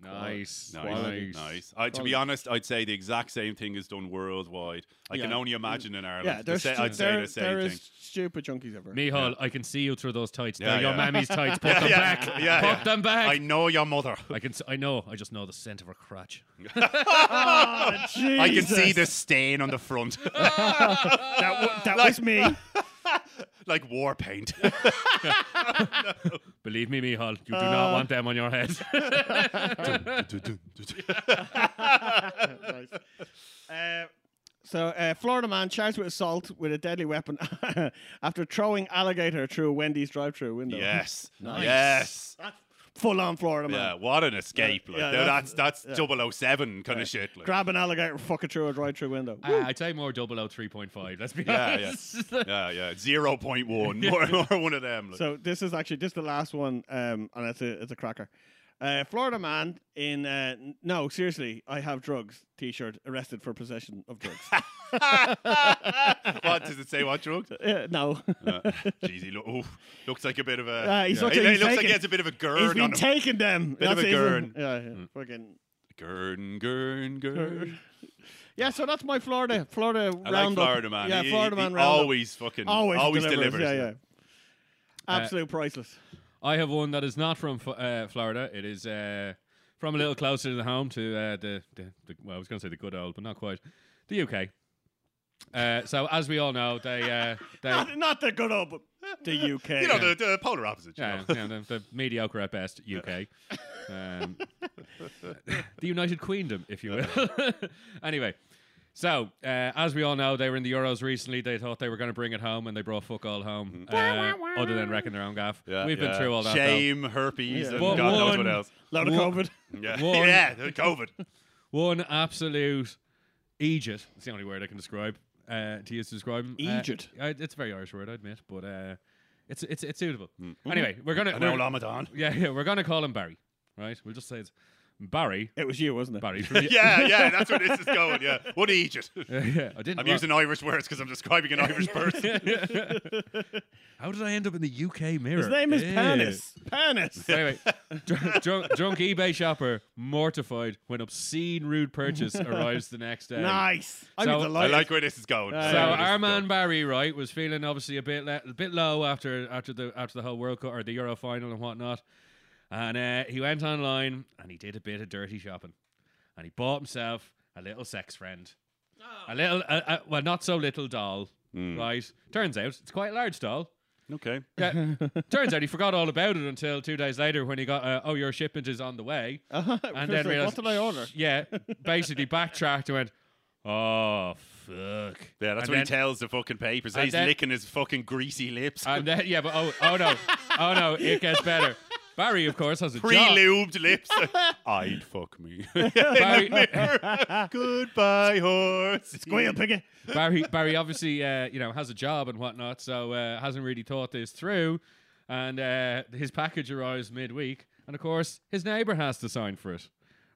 D: Nice,
B: nice, nice. I, to be honest, I'd say the exact same thing is done worldwide. I can
C: Yeah.
B: only imagine in Ireland.
C: Yeah,
B: The
C: there's
B: sa- I'd say the same thing.
C: stupid junkies ever. *laughs*
D: Mihal, I can see you through those tights.
B: Yeah,
D: They're your
B: yeah.
D: mammy's
B: *laughs*
D: tights. Put
B: Yeah,
D: them
B: yeah,
D: back.
B: yeah,
D: Put
B: yeah.
D: them
B: I
D: back.
B: know your mother.
D: I can. s- I know. I just know the scent of her crotch.
C: Oh,
B: I can see the stain on the
C: *laughs*
B: front,
C: That, w- that was me. *laughs*
B: like war paint.
D: Believe me, Mihal, you do
B: Uh.
D: not want them on your
B: *laughs*
D: head. *laughs*
C: Nice. Uh, so, uh, Florida man charged with assault with a deadly weapon *laughs* after throwing alligator through a Wendy's drive-through window. *laughs*
B: yes,
C: Nice.
B: yes.
C: full-on Florida man.
B: Yeah, what an escape!
C: Yeah,
B: Like
C: yeah,
B: that's that's 007 kind of shit. Like.
C: Grab an alligator, fuck it through a drive-through window.
D: Uh, I'd say more 003.5. Let's be
B: Yeah, yeah.
D: honest. *laughs*
B: yeah, yeah, zero point one, more, more one of them. Like.
C: So this is actually just the last one, um, and it's a it's a cracker. Uh, Florida man in uh, n- no seriously, I have drugs T-shirt arrested for possession
B: *laughs*
C: of drugs.
B: what does it say? What drugs?
C: uh, no,
B: Uh, Jeez, he look, ooh, looks like a bit of a.
C: Uh, he's
B: yeah.
C: looked
B: he,
C: like he's
B: he looks like
C: taken-
B: he has a bit of a
C: *laughs* he's
B: gurn
C: been
B: on him.
C: taking them.
B: Bit of
C: That's
B: a
C: his-
B: gurn. Hmm.
C: Yeah, yeah, fucking
B: Gurn, gurn, gurn.
C: yeah. So that's my Florida Florida
B: I like
C: roundup.
B: Florida man.
C: Yeah,
B: He-
C: Florida
B: he,
C: man
B: he
C: roundup.
B: always fucking
C: always,
B: always,
C: delivers.
B: delivers. Uh,
C: Yeah, yeah. Absolute priceless.
D: I have one that is not from F- uh, Florida. It is uh, from a little closer to the home to uh, the, the, the well, I was going to say the good old, but not quite the UK. Uh, so as we all know, they
B: *laughs*
D: uh, they
C: Not, not the good old, but the UK.
B: You know the, the polar opposite. you
D: yeah,
B: know.
D: yeah, the, the mediocre at best UK,
B: *laughs*
D: um, the United Queendom, if you will. *laughs* anyway. So, uh, as we all know, they were in the Euros recently. They thought they were going to bring it home, and they brought fuck all home, uh, other than wrecking their own gaff.
B: Mm-hmm. Yeah,
D: We've been
B: yeah.
D: through all that. though.
B: Shame, herpes, and
D: But
B: God knows
D: one-
B: what else.
C: load of
D: One-
C: COVID. *laughs*
B: Yeah,
D: one-
B: *laughs* yeah, the COVID.
D: One absolute Egypt. It's the only word I can describe. Uh, to use to describe him. Uh,
C: Egypt.
D: I- it's a very Irish word, I admit, but uh, it's it's
B: Hmm.
D: it's suitable. Anyway, we're gonna *laughs*
B: And
D: we're-
B: now Ramadan.
D: yeah yeah we're gonna call him Barry, right? We'll just say it's Barry,
C: It was you, wasn't it?
D: Barry
B: *laughs*
D: from
B: yeah, yeah, that's where this is going. Yeah, what Egypt? *laughs*
D: yeah, *laughs* I didn't.
B: I'm
D: wa-
B: using Irish words because I'm describing an *laughs* Irish person.
D: *laughs* How did I end up in the UK mirror?
C: His name is
D: Eh.
C: Panis. Panis.
D: Wait, wait.
B: *laughs*
D: Drunk, drunk, drunk eBay shopper mortified when obscene rude
B: *laughs*
D: purchase arrives the next
B: um,
D: day.
C: Nice. I'm
D: So-
B: I
C: delighted.
B: like where this is going.
D: So
B: I like where this
D: our
B: is
D: man
B: going.
D: Barry right was feeling obviously a bit le- a bit low after after the after the whole World Cup or the Euro final and whatnot, and uh, he went online and he did a bit of dirty shopping, and he bought himself a little sex friend,
C: Oh.
D: a little uh, uh, well not so little doll.
B: Mm.
D: Right, turns out it's quite a large
C: *laughs*
D: doll.
B: Okay.
D: Yeah. Turns out he forgot all about it until two days later when he got, uh, oh, your shipment is on the way.
C: Uh-huh.
D: And
C: Chris,
D: then
C: like,
D: realized,
C: what did I
B: *laughs*
C: order?
D: Yeah, basically backtracked and went, oh, fuck.
B: Yeah,
D: and
B: that's what
D: then,
B: he tells the fucking papers.
D: and
B: He's
D: then- Uh,
B: licking his fucking greasy lips.
D: And then, yeah, but oh, oh no, oh no, it gets better. Barry, of course, has a job. *laughs*
B: Pre-lubed lips. I'd fuck me. *laughs*
C: *laughs*
D: Barry,
B: Goodbye, horse.
C: Squeal, piggy.
D: Barry, Barry obviously, uh, you know, has a job and whatnot, so uh, hasn't really thought this through. And uh, his package arrives midweek, and of course, his neighbour has to sign for it,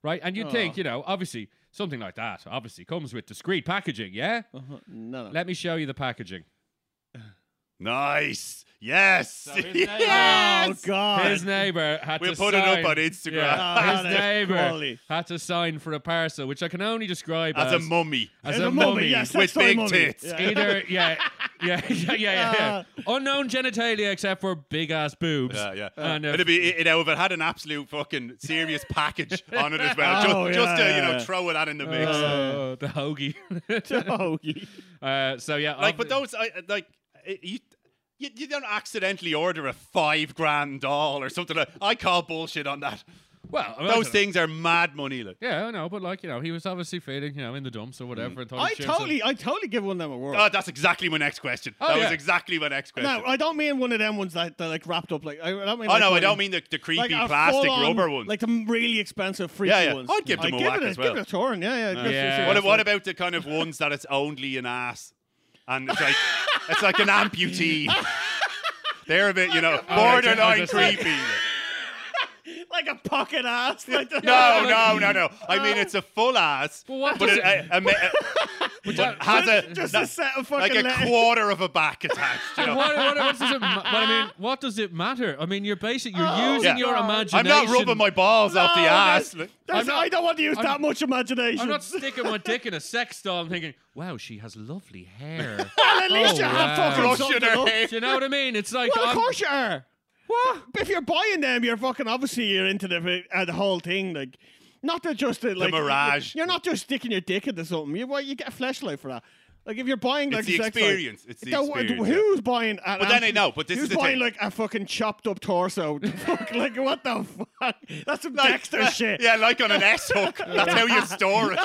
D: right? And you'd
B: Oh.
D: think, you know, obviously, something like that obviously comes with discreet packaging, yeah?
C: Uh-huh. No, no.
D: Let me show you the packaging.
B: Nice. Yes.
D: his
B: *laughs*
D: neighbour-
C: Oh,
B: yes.
C: God.
D: His neighbour had
B: We'll
D: to
B: put it up
D: sign-
B: on Instagram.
D: Yeah,
C: Ah,
D: his
C: that's quality.
D: neighbour had to sign for a parcel, which I can only describe
B: *laughs* As a mummy.
D: as
C: As
D: a
C: a mummy,
D: mummy.
C: yes.
B: With
C: Sex toy
B: big
C: mummy.
B: tits.
C: Yeah. *laughs*
D: Either yeah, yeah, *laughs* yeah, yeah, yeah, yeah.
C: Uh.
D: Unknown genitalia except for big ass boobs. *laughs*
B: Yeah, yeah.
D: And uh,
B: It'd be, you know, if it had an absolute fucking serious package on it
D: *laughs*
B: as well, just,
C: Oh, yeah,
B: just to, you know,
C: yeah.
B: throw that in the mix.
D: oh, the hoagie.
C: Oh, yeah.
D: *laughs* uh, so yeah,
B: like,
D: obvi-
B: but those, I, I- like, I- you, you, you don't accidentally order a five grand doll or something. Like, I call bullshit on that.
D: well, I mean,
B: Those
D: I don't know.
B: things are mad money, like.
D: Yeah, I know, but like you know, he was obviously feeling you know in the dumps or whatever. and thought
C: I
D: he should have- *laughs*
C: totally, I totally give one of them a whirl.
B: Oh, that's exactly my next question.
D: Oh,
B: that
D: yeah.
B: was exactly my next question.
C: no, I don't mean one of them ones that, that like wrapped up like. I don't mean.
B: oh
C: like
B: no, I
C: one-
B: don't mean the, the creepy
C: like a
B: plastic
C: full-on,
B: rubber ones.
C: like the really expensive, freaky
B: Yeah, yeah.
C: ones.
B: I'd give them
C: I
B: a
C: give
B: whack
C: it
B: as
C: Give
B: well.
C: it a turn, yeah, yeah.
D: Yeah.
B: what, what about the kind of ones that it's only an ass, and it's like it's like
C: *laughs*
B: an amputee. They're a bit, you know,
D: I was
B: borderline
D: just like-
B: creepy.
C: like a pocket ass?
B: *laughs*
C: Like the-
B: No, no, no, no. I mean, it's a full ass,
D: Well, what
B: but
D: does
B: it,
D: it-
B: a- a-
D: *laughs*
B: but has a
C: *laughs* just
B: that-
C: a set of
B: like
C: fucking
B: a
C: letters.
B: quarter of a back attached. You
D: What,
B: know?
D: what, what does it ma- but I mean, what does it matter? I mean, you're basic. You're
C: Oh,
D: using
B: Yeah.
D: your
C: I'm not
D: imagination.
B: I'm not rubbing my balls off the
C: No,
B: ass.
C: that's-
B: like-
C: That's,
D: I'm not-
C: I don't want to use
D: I'm-
C: that much
B: *laughs*
C: imagination.
D: I'm not sticking my dick in a sex doll. I'm thinking, wow, she has lovely hair.
B: *laughs*
C: well, at least
D: Oh,
C: you have
D: wow.
C: fucking
B: Brushing
C: something
B: her
C: up.
B: hair.
D: Do you know what I mean? It's like,
C: Well, of
D: I'm-
C: course you are. What? If you're buying them, you're fucking obviously you're into the uh, the whole thing. Like, not that just the, like
B: mirage.
C: You're not just sticking your dick into something. You well, you get a flashlight for that. Like if you're buying like
B: It's the
C: a sex toy-
B: experience. It's the
C: Don't-
B: experience,
C: Who's buying? An
B: But then I
C: amp-
B: know, but this
C: who's
B: is the
C: buying
B: thing.
C: like a fucking chopped up torso. *laughs* to fuck, like what the fuck? That's some Dexter
B: *laughs*
C: shit.
B: uh, Yeah, like on an S hook. That's how you store it.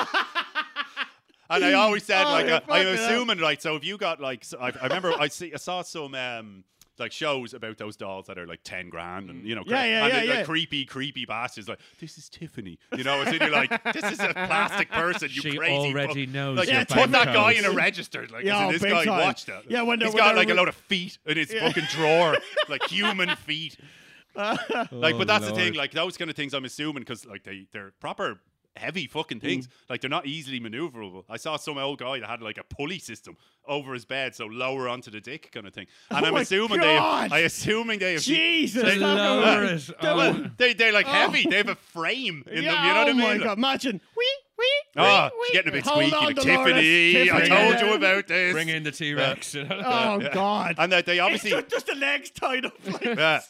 B: And I always said,
C: Oh,
B: like,
C: you're
B: uh, I'm
C: fucking up.
B: assuming, right? So if you got like, s I I I remember I see, I saw some um, like shows about those dolls that are like ten grand, and you know,
C: Yeah, yeah,
B: and
C: yeah,
B: they're, like,
C: yeah.
B: creepy, creepy bastards. Like, this is Tiffany, you know, and then you're like, this is a plastic person. You
D: She
B: crazy
D: already
B: fuck.
D: knows
B: Like,
D: your
B: you put
D: bank
B: that guy
D: codes.
B: in a register. Like, isn't
C: Yeah, oh,
B: this
C: big
B: guy
C: time.
B: watch that.
C: Yeah, when they're-
B: he's
C: when
B: got
C: they're
B: like a
C: re-
B: lot of feet in his fucking drawer, like human feet like,
C: Oh,
B: but
D: Oh,
B: that's the thing. Like those kind of things, I'm assuming, because like they they're proper heavy fucking things.
C: Mm.
B: Like they're not easily maneuverable. I saw some old guy that had like a pulley system over his bed, so lower onto the dick kind
C: *laughs*
B: of thing. And
C: Oh
B: I'm
C: my
B: assuming
C: God!
B: they, I assuming they, have,
C: Jesus.
B: They-
C: talk about-
B: uh,
D: Lower
B: *laughs*
D: it.
C: Don't-
D: Oh.
B: well, they they're like heavy. They have a frame in
C: Oh. yeah,
B: them. You know what I mean?
C: Oh my
B: Like,
C: god! Imagine. Wee wee.
B: Oh,
C: wee,
B: she's getting a bit
C: Hold
B: squeaky.
C: on,
B: Like,
C: Dolores.
B: Tiffany, I
C: Tiffany.
B: told you about this.
D: Bring in the T Rex. *laughs*
C: Oh god.
B: And that they
C: It's
B: obviously
C: just, just the legs tied up, like,
B: Yeah.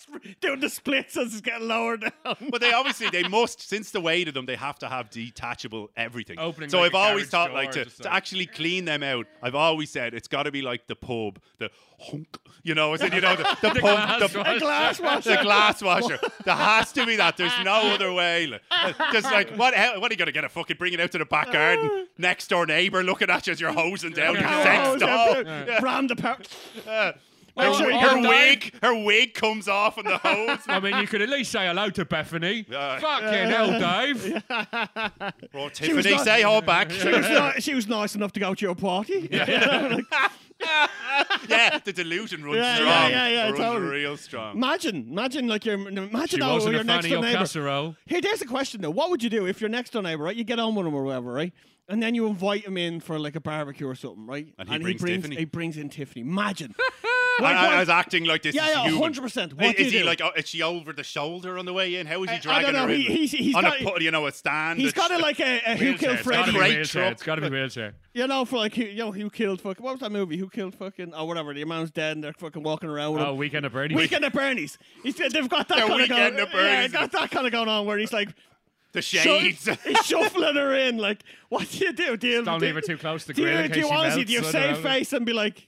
C: doing the splits as it's getting
B: *laughs*
C: lower down.
B: But they obviously they must since the weight of them they have to have detachable everything.
D: Opening
B: so
D: like
B: I've
D: a
B: always
D: garage
B: thought
D: door
B: like
D: or
B: to,
D: something.
B: to actually clean them out. I've always said it's got to be like the pub, the honk, you know, as in you know the, the, pub, the,
C: A glass washer.
B: the glass washer. There has to be that. There's no other way. Like, Just like what? How, what are you gonna get a fucking bring it out to the back garden? Next door neighbor looking at you as you're hosing down
C: Oh,
B: your
D: Yeah.
B: sex doll.
C: Ram the power.
B: Her,
C: Make sure you
B: her
C: don't die.
B: wig, her wig comes off on the hose.
D: *laughs* I mean, you could at least say hello to *laughs* Bethany.
B: Yeah.
D: Fucking hell, Dave.
B: Oh,
C: was
B: Tiffany,
C: not-
B: say her back.
C: She was, ni- she was nice enough to go to your party.
B: yeah, the delusion runs
C: Yeah, yeah,
B: strong.
C: yeah, yeah,
B: runs
C: totally.
B: real strong.
C: Imagine, imagine like your imagine
D: She
C: that with
D: wasn't
C: your
D: a
C: Oh,
D: fan
C: next
D: of
C: door
D: your
C: neighbor.
D: casserole.
C: Hey, there's a question though. What would you do if your next door neighbor, right? You get on with him or whatever, right? And then you invite him in for like a barbecue or something, right?
B: And he brings Tiffany.
C: he brings in
B: *laughs*
C: Tiffany. Imagine.
B: I,
C: Like,
B: I- I
C: what-
B: was acting like this.
C: Yeah,
B: is
C: yeah,
B: human.
C: 100%.
B: I-
C: What
B: Is,
C: do you
B: he
C: do?
B: like? oh, Is she over the shoulder on the way in? How is
C: I-
B: he
C: I
B: dragging
C: don't know.
B: her in?
C: He- he's- he's
B: on
C: got-
B: a put, you know, a stand.
C: He's
B: that's-
C: kind of like a, a Who
B: Wheelchair,
C: Killed
B: it's gotta
C: Freddy.
B: be Great
D: wheelchair.
B: truck.
D: It's got to be wheelchair.
C: You know, for like, who, you know, who killed fucking, what was that movie? Who killed fucking, or whatever, the man's dead and they're fucking walking around with
D: Oh,
C: him.
D: weekend at Bernie's.
C: Weekend at Bernie's. He's, they've got that
B: Yeah,
C: kind of going
B: Weekend
C: on.
B: at
C: Yeah,
B: Bernie's.
C: got that kind of going on where he's like,
B: the
C: sho-
B: shades. *laughs*
C: he's shuffling her in. Like, what do you do? Do you,
D: Don't
C: do,
D: leave her too close to the
C: do
D: grill
C: you,
D: in
C: do
D: case
C: you
D: she
C: honestly,
D: melts.
C: do you
D: I don't
C: save
D: know.
C: face and be like,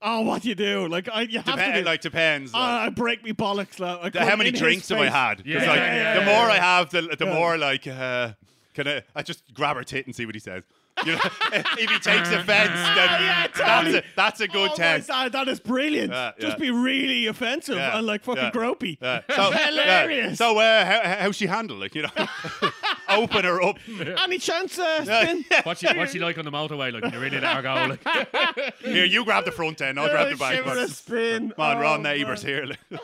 C: oh, what do you do? Like, I, you have to
B: Depen-
C: do.
B: like depends.
C: oh,
B: like.
C: I break me bollocks. Like, I
B: the- how
C: couldn't-
B: many
C: in his
B: drinks have I
C: face.
B: had? 'Cause,
D: Yeah,
B: like,
D: yeah, yeah,
B: the
D: yeah,
B: more
D: yeah.
B: I have, the, the more like uh, can I, I just grab her tit and see what he says. You know, *laughs* if
D: *laughs*
B: he takes offence, then
C: yeah,
B: that's,
C: totally.
B: a, that's a good
C: oh my
B: test.
C: God, that is brilliant.
B: Yeah, yeah.
C: Just be really offensive
B: Yeah,
C: and like fucking
B: yeah,
C: gropey.
D: *laughs*
B: Yeah. So, yeah.
C: Hilarious.
B: So uh, how how's she handle it? You know, *laughs* open her up.
C: Any chance, uh,
B: Yeah. *laughs*
C: Spin?
D: What's she, what's she like on the motorway? Like, you really let her go. Like,
C: *laughs*
B: Here, you grab the front end. I'll grab the back.
C: Give it a
B: one.
C: spin.
B: Come on,
C: oh,
B: Ron
C: man.
B: Neighbours here. *laughs*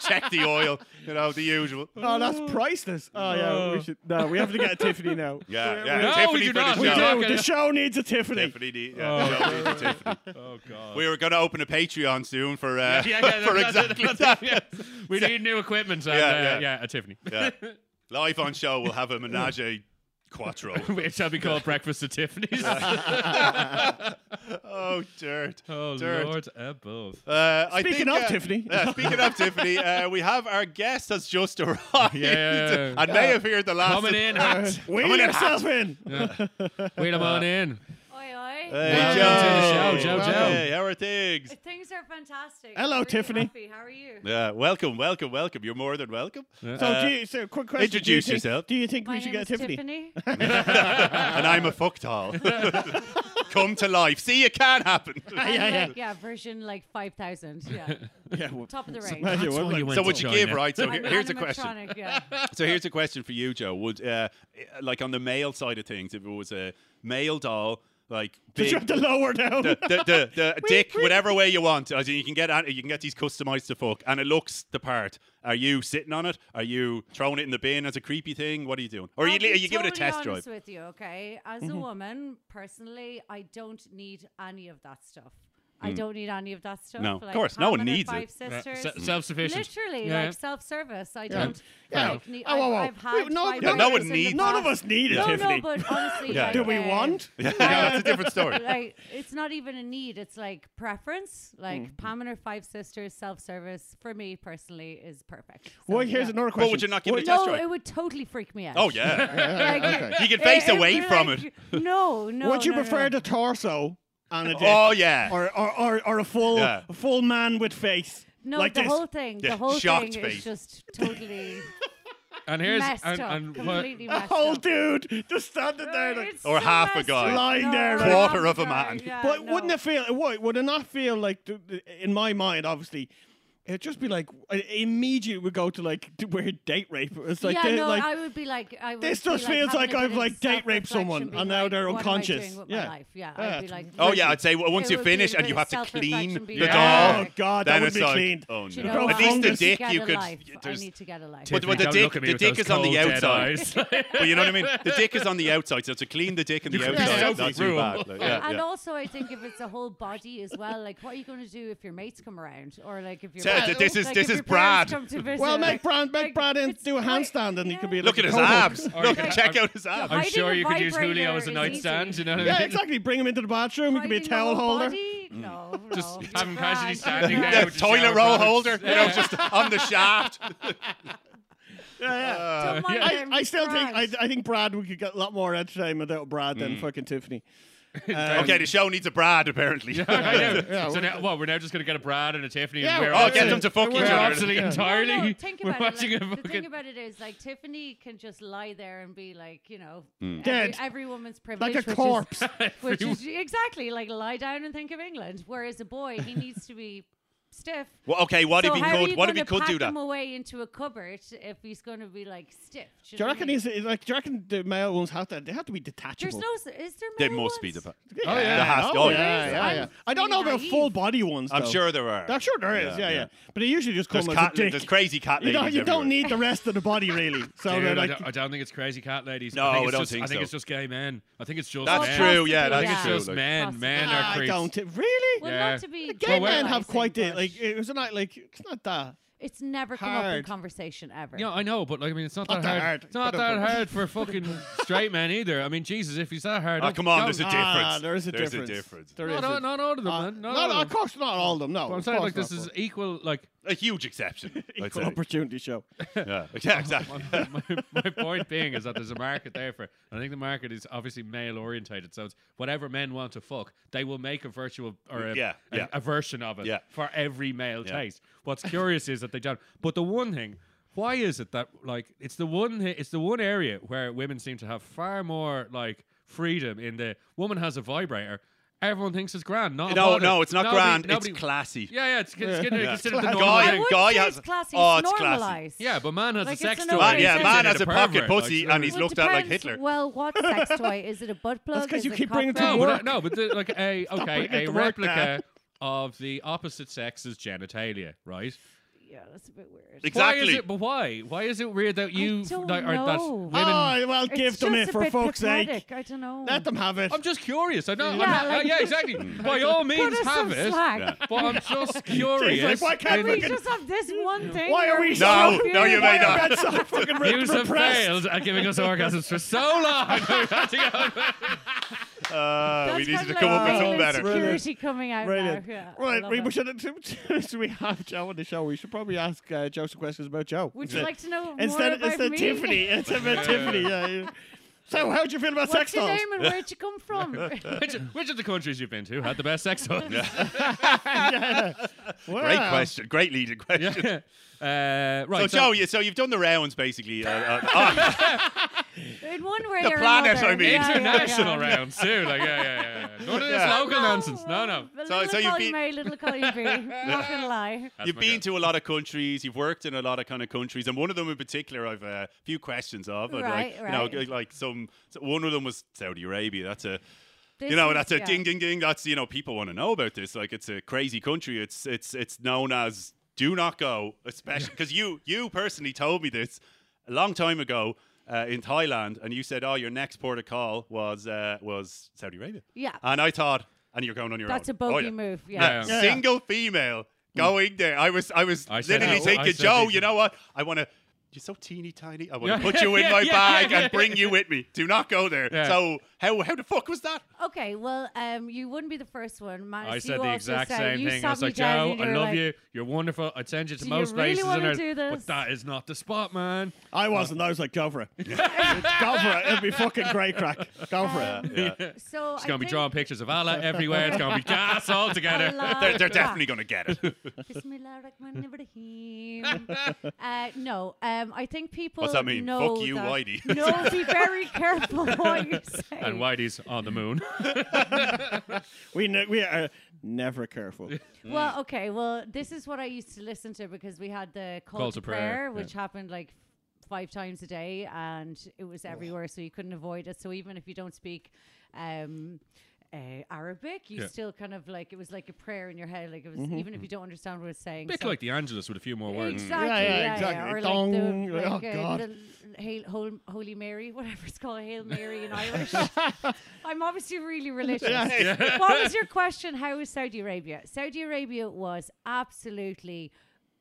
B: Check the oil. You know the usual.
C: Oh, that's priceless. Oh, yeah, we should. No, we have to get a Tiffany now.
B: *laughs* Yeah,
C: We-
B: yeah.
C: we-
D: No,
B: Tiffany
D: we do
B: for the
D: not.
C: We
B: show.
D: Yeah.
C: do. The show needs a Tiffany.
B: Tiffany, need- yeah, the show needs a Tiffany.
D: oh, God.
B: We were going to open a Patreon soon for uh,
D: yeah, yeah, *laughs* yeah,
B: *laughs* for
D: that's it,
B: exactly
D: that's
B: that.
D: it, yeah. We need new equipment. And,
B: Yeah,
D: yeah, uh,
B: yeah.
D: yeah. a Tiffany. *laughs*
B: *laughs* Yeah. Live on show, we'll have a menage a quattro.
D: it shall be called Breakfast at Tiffany's.
B: oh, dirt.
D: *laughs* oh,
B: Dirt.
D: Lord above.
B: Uh, I
C: Speaking
B: think,
C: of
B: uh,
C: Tiffany.
B: yeah, speaking of Tiffany,
C: *laughs*
B: uh, we have our guest that's just arrived. *laughs*
D: Yeah.
B: and may have heard the last.
D: Coming in
C: Uh,
D: hot.
C: Wheel yourself in.
B: Uh,
D: Wheel them on in.
E: Oi, oi.
B: Hey,
D: Welcome
B: Joe.
D: to the show, Joe,
C: Joe.
B: Hey, how are things?
E: Things are fantastic.
C: Hello,
E: I'm really
C: Tiffany.
E: happy. How are you?
B: Yeah, welcome, welcome, welcome. You're more than welcome.
C: So,
B: Uh,
C: do you, so quick question. do you
B: introduce
C: think-
B: yourself.
C: Do you think
E: My
C: we should
E: name
C: get a
E: is
C: Tiffany?
B: *laughs* and I'm a fucktall. *laughs* Come to life. See, it can happen.
E: I'm
C: *laughs* yeah, yeah.
E: like- version like 5,000.
B: *laughs*
E: Yeah.
C: Yeah, *laughs* well,
E: Top of the
C: so-
E: range.
C: Yeah,
D: That's
C: well,
D: why you
C: like-
D: went
B: so
D: to
B: would you
D: China.
B: give right? So
E: I'm
B: here, *laughs* here's the question.
E: animatronic, Yeah.
B: So here's a question for you, Joe. Would uh, like on the male side of things, if it was a male doll, like
C: Did you
B: big,
C: have to lower down?
B: the, the, the,
E: *laughs*
B: the dick, whatever way you want, as in you can get an- you can get these customized to fuck, and it looks the part. Are you sitting on it? Are you throwing it in the bin as a creepy thing? What are you doing? Or are you,
E: I'll be
B: are you giving it a
E: totally
B: test drive? Mm-hmm.
E: honest with you, okay? As a woman, personally, I don't need any of that stuff. I don't need any of that stuff.
B: Mm. No, of
E: like,
B: course, no one
E: Hamlet,
B: needs it.
E: five
D: Yeah,
E: Sisters.
D: se- self-sufficient.
E: Literally,
D: Yeah.
E: like self-service. I
C: Yeah.
E: don't.
C: Yeah.
E: Like, need,
C: Oh, whoa, whoa.
E: I've, I've had
C: Wait, no-
E: five
C: Yeah,
B: no one
E: Sisters in the
B: needs-
C: None of
E: past.
C: us need it,
E: No,
C: Tiffany.
E: no, but honestly,
B: Yeah.
E: like,
C: Do we
E: uh,
C: want?
B: *laughs* yeah, that's a different story.
E: *laughs* like it's not even a need it's like preference like
B: Mm-hmm.
E: pam and her five sisters self-service for me personally is perfect So,
C: Well, here's
E: yeah.
C: another question.
B: But would you not give it a test
E: no
B: drive?
E: it would totally freak me out
B: Oh
E: *laughs*
B: yeah,
C: *laughs*
E: Like,
C: okay.
B: you can
E: it-
B: face
E: it
B: away
E: would,
B: from
E: like,
B: it.
E: no
B: *laughs*
E: no
C: would you
E: no,
C: prefer
E: no.
C: the torso and a dick?
B: Oh yeah.
C: or, or, or, or a full
B: Yeah.
C: a full man with face?
E: no
C: like
E: the
C: this. *laughs*
E: whole thing
B: Yeah,
E: the whole
B: shocked
E: thing
B: face.
E: is just totally
D: And *laughs* here's
E: messed
D: and,
E: up
D: and what-
B: *laughs*
E: completely
C: A
E: messed
C: whole
E: up
C: Oh, dude just standing there like.
E: It's
B: Or
E: so
B: half a
E: messed
B: guy.
E: up.
C: Lying
E: No,
C: there, like-
E: half
B: Quarter of a
E: guy,
B: man.
E: yeah,
C: But
E: no.
C: wouldn't it feel? Would, would it not feel like? th- th- In my mind, obviously, it'd just be like I- immediately would go to like to weird date rape. It's like,
E: yeah,
C: they-
E: no,
C: like
E: I would be like, I would
C: This
E: be
C: just
E: like
C: feels
E: having
C: like
E: a bit
C: I've,
E: of
C: like, date raped
E: self-reflection,
C: someone,
E: being
C: and now
E: like,
C: they're
E: what am I
C: unconscious.
E: doing with
C: Yeah.
E: my life? Yeah,
C: Yeah,
E: I'd be like,
B: Oh yeah,
E: literally,
B: I'd say well, once
E: it
B: you
E: would be a
B: finish and
E: bit
B: you
E: of
B: have to
E: self-reflection
B: clean the
E: being
B: doll.
E: like,
C: Yeah. Oh, God, that
B: then
C: would
B: it's
C: be
B: like,
C: cleaned.
B: Oh
E: you
B: no.
E: know,
B: At
C: But
E: I
B: least
E: need
B: the
E: to
B: dick
E: get
B: you
E: a
B: could.
E: life. I
B: there's-
E: need to get a life.
B: But-
D: Tiffany,
B: the
D: don't
B: dick-
D: look at me
B: the
D: with
B: dick
D: those
B: is on the
D: cold, dead
B: outside.
D: eyes.
B: But you know what I mean? The dick is on the outside, so to clean the dick on the
D: could be
B: outside,
D: so
B: it's not too
D: cruel.
B: bad. Like, yeah,
E: and
B: yeah.
E: also, I think if it's a whole body as well, like what are you going to do if your mates come around, or like if your
B: So,
E: parents-
B: this is-
E: like,
B: this
E: if
B: is
E: your
B: Brad.
E: parents come to visit,
C: well, make
E: like,
C: Brad make
E: like,
C: Brad in
E: it's
C: do a
E: quite-
C: handstand, and he
E: yeah.
C: could be.
B: Look
C: like
B: at his
C: a hobo.
B: abs.
D: Or
B: Look,
D: you could-
B: check
D: or-
B: out his abs.
D: I'm
E: Hiding
D: sure
E: a
D: you could use
E: vibrator
D: Julio as a
E: is
D: nightstand.
E: easy.
D: You know what I
C: *laughs* Yeah,
D: mean?
C: exactly. Bring him into the bathroom. He could be a
E: Hiding
C: towel
E: whole
C: holder.
E: body? No,
D: Just
E: no,
D: having
E: Brad,
D: Cassidy
E: you
D: standing
E: *laughs* know.
D: there.
B: Yeah,
D: with the
B: toilet
D: shower
B: roll
D: products.
B: holder, you know, just on the shaft.
C: Yeah, yeah.
E: Don't
C: *laughs*
E: mind
C: I,
E: him,
C: I still think I,
E: Brad.
C: I think Brad would get a lot more entertainment without Brad than
B: Mm.
C: fucking
B: *laughs*
C: Tiffany. Um,
B: okay, the show needs a Brad, apparently.
D: I know.
C: Yeah,
D: so now, what? We're now just gonna get a Brad and a Tiffany,
C: Yeah,
D: and we're
C: oh,
B: oh,
D: obsolete-
B: get them to fuck each
D: we're
C: Yeah.
B: other.
D: obsolete
C: Yeah.
D: entirely.
E: No, no, think
D: we're
E: about
D: watching
E: it.
D: a
E: Like, the
D: fucking
E: thing about it is, like, Tiffany can just lie there and be like, you know,
C: Dead.
E: every, every woman's
C: Like
E: privilege,
C: a
E: which
C: *laughs*
E: is-
C: corpse.
E: which is exactly like lie down and think of England. Whereas a boy, he needs to be stiff.
B: *laughs* Well, okay, what
E: So
B: if he
E: how are
B: could?
E: you
B: What if
E: gonna
B: he could
E: pack
B: do that?
E: him away into a cupboard if he's going to be like stiff?
C: Do you reckon he's like? Do you reckon the male ones have to? They have to be
E: There's
C: detachable.
E: no. s- Is there?
B: There
E: male
B: must
E: ones?
B: be the.
C: yeah,
B: There has to- oh,
C: yeah,
B: yeah,
C: yeah, yeah,
E: yeah. I'm
C: I don't know
E: really
C: about
E: naive.
C: full body ones.
B: I'm
C: though.
B: sure there are.
C: I'm sure there is.
B: Yeah,
C: Yeah, yeah.
B: yeah.
C: But they usually just
B: There's
C: come as
B: cat.
C: a dick.
B: There's crazy cat
C: *laughs* you
B: ladies.
C: don't, you
B: everywhere.
C: don't need the rest of the body
B: *laughs*
C: really. So
D: Dude,
C: they're
D: I,
C: like,
D: don't, I don't think it's crazy cat ladies.
B: No,
D: I think
B: I
D: it's
B: don't
D: just,
B: think
D: I think
B: so.
D: it's just gay men. I think it's just
B: That's
D: men.
B: true. Yeah,
E: Possibly,
B: that's
E: yeah.
D: It's
B: true.
D: just
B: like-
D: men.
E: Possibly.
D: Men
E: Ah,
D: are
C: I
D: creeps.
C: don't really.
E: Well,
D: Yeah.
E: not to be.
C: Gay
D: Well, wait.
C: men have quite the
E: generalizing,
C: like.
E: but
C: It was not like it's not that.
E: It's never come up in
C: hard.
E: conversation ever.
D: Yeah, I know, but like, I mean, it's not, that
C: Not that
D: hard.
C: hard.
D: It's not
C: But,
D: that
C: uh, but-
D: hard for fucking straight men either. I mean, Jesus, if he's that hard,
B: Oh,
D: don't-
B: come on,
D: don't-
B: there's a
C: Ah,
B: difference.
C: there is a
B: There's
C: difference. There
D: No,
C: is
D: no,
C: a-
D: not all of them,
C: Uh,
D: man. Not
C: no,
D: all
C: no,
D: of
C: of
D: them.
C: course not all of them. No,
D: But I'm
C: Oh, of
D: saying,
C: course
D: like,
C: not,
D: this is
C: but-
D: equal. Like,
B: A huge exception. I'd
C: equal
B: say.
D: *laughs*
C: opportunity show.
B: Yeah, *laughs* yeah, exactly.
D: my, *laughs* my point being is that there's a market there for. And I think the market is obviously male orientated, so it's whatever men want to fuck, they will make a virtual or a,
B: Yeah,
D: a-
B: yeah.
D: a version of it
B: Yeah.
D: for every male
B: Yeah.
D: taste. What's curious is that they don't. But the one thing, why is it that like it's the one thi- it's the one area where women seem to have far more like freedom in the woman has a vibrator. Everyone thinks it's grand. Not a
B: No,
D: bother.
B: no, it's not
D: Nobody-
B: grand.
D: nobody-
B: it's classy.
D: Yeah, yeah, it's, it's getting
B: Yeah.
D: considered the
B: Classy.
D: normal
B: Guy-
D: thing.
E: I would
B: guy
E: say
B: has-
E: it's classy.
B: oh,
E: it's
B: it's classy.
E: normalized.
D: Yeah, but man has
E: Like,
D: a
E: it's
D: sex
E: an
D: toy.
E: Man, yeah,
D: He's
E: man
D: considered
E: has
B: a pocket
D: pervert, like,
B: pussy
D: you know
B: and
D: what I
B: he's
D: mean?
E: Well,
B: looked at like
E: depends,
B: Hitler.
E: Well, what sex toy is it? A butt plug?
C: 'cause
E: Is
C: you
E: it
C: keep
E: cock
C: bringing it to
E: ring?
D: No,
C: work.
D: but, no, but the, like a okay,
C: bringing it
D: a
C: to work now.
D: replica of the opposite sex's genitalia, right?
E: Yeah, that's a bit weird.
B: Ex-
D: Why is
B: Exactly.
D: it? But why? Why is it weird that you
E: don't
D: that, or that
E: know.
D: women?
C: Oh, well,
E: It's
C: give them it
E: just a
C: for
E: bit
C: fuck's sake.
E: pathetic, I don't know.
C: Let them have it. *laughs*
D: I'm just curious. I know.
E: Yeah,
D: Yeah,
E: like-
D: yeah, exactly. By all means,
E: us
D: have
E: some
D: it.
E: slack.
B: Yeah.
D: But
E: *laughs*
D: I'm just curious.
C: Jeez, like, why can't
D: in- *laughs*
E: We just have this one thing.
C: Why are
E: where
C: we
E: we're
C: so-
B: No,
E: confused.
B: no, you may
C: Why
B: not.
C: are men so fucking re-
D: News have
C: repressed?
D: failed at giving us orgasms for so long. *laughs* We've had to go-
B: Uh,
E: That's
B: we needed
E: kind
B: to
E: of
B: come
E: like
B: up with something
E: male
B: better.
E: Insecurity coming out
C: Brilliant.
E: now. Yeah, I
C: right,
E: love
C: we
E: it.
C: should, *laughs* since we have Joe on the show, we should probably ask uh, Joe some questions about Joe.
E: Would you like to know more
C: instead,
E: about
C: instead
E: me? *laughs*
C: Tiffany. It's about Tiffany. Yeah. yeah. So, how do you feel about
E: What's
C: sex
E: your
C: dolls?
E: name and where'd you come from?
D: which, which of the countries you've been to had the best sex toys?
B: Great question. Great leading question.
D: *laughs* *laughs* Yeah. Uh,
B: So,
D: right.
B: Joe, you, so you've done the rounds basically. Uh, uh, oh,
E: In one way
B: The
E: or
B: planet,
E: another.
B: I mean.
E: Yeah, yeah, yeah.
D: international rounds too. Like, yeah, yeah, yeah, yeah. None of this
B: Yeah.
D: local nonsense. No, no.
E: A
B: So-
E: little
B: so you've
E: column
B: been-
E: A, little column B. Not gonna lie.
D: That's
B: you've
D: my
B: been
D: guess.
B: to a lot of countries. You've worked in a lot of kind of countries, and one of them in particular, I've a few questions of. and
E: Right,
B: like, You know,
E: right.
B: g- like some. So one of them was Saudi Arabia. That's a.
E: This
B: you know,
E: is-
B: that's a
E: yeah.
B: ding, ding, ding. That's you know, people want to know about this. Like, it's a crazy country. It's it's it's known as do not go, especially because you you personally told me this a long time ago uh, in Thailand, and you said, oh, your next port of call was uh, was Saudi Arabia.
E: Yeah.
B: and I thought, and you're going on your
E: That's a
B: own. Oh,
E: bogey
B: yeah.
E: move.
D: Yeah. Hmm.
E: Yeah.
C: Yeah.
B: Single female going there. I was I was
D: I said
B: literally
D: that. I
B: thinking,
D: said
B: Joe,
D: these-
B: you know what? I want to. You're so teeny tiny. I want
D: Yeah.
B: to
D: *laughs*
B: put you in
D: Yeah,
B: my
D: yeah,
B: bag
D: yeah, yeah,
B: and bring you with me. Do not go there.
D: Yeah.
B: So how how the fuck was that?
E: Okay, well, um, you wouldn't be the first one. Manus,
D: I
E: you
D: said the
E: also
D: exact
E: said-
D: same
E: you
D: thing.
E: sat
D: I was
E: me
D: like,
E: down
D: Joe,
E: and
D: I
E: you were
D: love
E: like,
D: you. You're wonderful. I'd send you to
E: Do you
D: most
E: really
D: places,
E: wanna
D: on earth,
E: do this?
D: but that is not the spot, man.
C: I wasn't. I was like, go for it. go for it. It'd be fucking great crack. Go for it.
E: Um,
D: *laughs*
E: So
D: It's
E: I
D: gonna be
E: think-
D: drawing pictures of
E: *laughs*
D: Allah everywhere. It's gonna be gas all together.
E: Allah
D: *laughs*
B: They're, they're
E: Akbar.
B: definitely going to get it.
D: *laughs*
E: Bismillahirrahmanirrahim. uh, no, um, I think people.
B: What's that mean?
E: Know
B: Fuck you,
E: that-
B: Whitey.
E: No,
B: *laughs*
E: be very careful what you say.
D: And Whitey's on the moon. *laughs*
C: We ne- we are uh, never careful.
E: Well, okay. Well, this is what I used to listen to because we had the call, to, prayer, which happened like five times a day, and it was everywhere, so you couldn't avoid it. So even if you don't speak. Um, uh, Arabic, you
D: Yeah.
E: still kind of like it was like a prayer in your head, like it was even if you don't understand what it's saying.
D: bit
E: so-
D: like the Angelus with a few more words.
E: Exactly.
C: Yeah,
E: Yeah,
C: yeah,
E: yeah,
C: exactly.
E: Or
C: Dong.
E: like the, like,
C: Oh,
E: uh,
C: God.
E: the l- Hail, Hol, Holy Mary, *laughs* whatever it's called, Hail Mary in Irish. I'm obviously really religious. What was your question? How was Saudi Arabia? Saudi Arabia was absolutely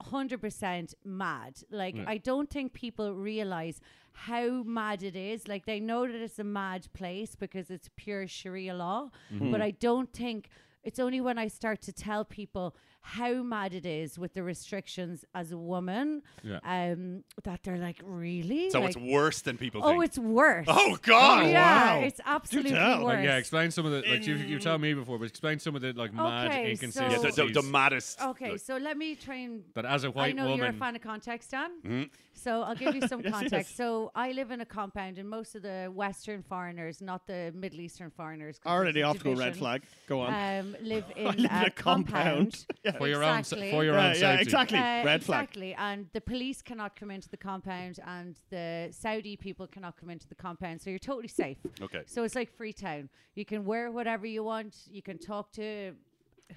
E: 100% mad. Like, I don't think people realize how mad it is. Like, they know that it's a mad place because it's pure Sharia law,
B: Mm-hmm.
E: but I don't think it's only when I start to tell people how mad it is with the restrictions as a woman
D: Yeah.
E: um, that they're like, really?
B: So
E: like,
B: it's worse than people
E: oh,
B: think.
E: it's worse.
B: oh, God.
E: yeah,
C: wow.
E: it's absolutely
C: tell.
E: worse.
D: Like, yeah, explain some of the like you you told me before, but explain some of the like mad
E: Okay, so-
B: Yeah,
D: inconsistencies.
B: the, the, the maddest.
E: Okay, so let me try and.
D: that as a
E: I
D: white
E: know
D: woman,
E: you're a fan of context, Dan. So I'll give you some
C: Mm-hmm. *laughs* Yes,
E: context.
C: yes.
E: So I live in a compound, and most of the Western foreigners, not the Middle Eastern foreigners, 'cause
C: Already
E: there's a
C: off to a red
E: division,
C: *laughs* flag. Go on.
E: Um, live in
C: live in
E: a,
C: a compound. *laughs*
E: compound.
D: for your own sa-
E: Exactly.
D: for your
C: Yeah,
D: own
C: yeah,
D: safety.
C: exactly.
E: Uh,
C: Red flag.
E: exactly. And the police cannot come into the compound, and the Saudi people cannot come into the compound. So you're totally safe.
B: Okay.
E: So it's like Freetown. You can wear whatever you want. You can talk to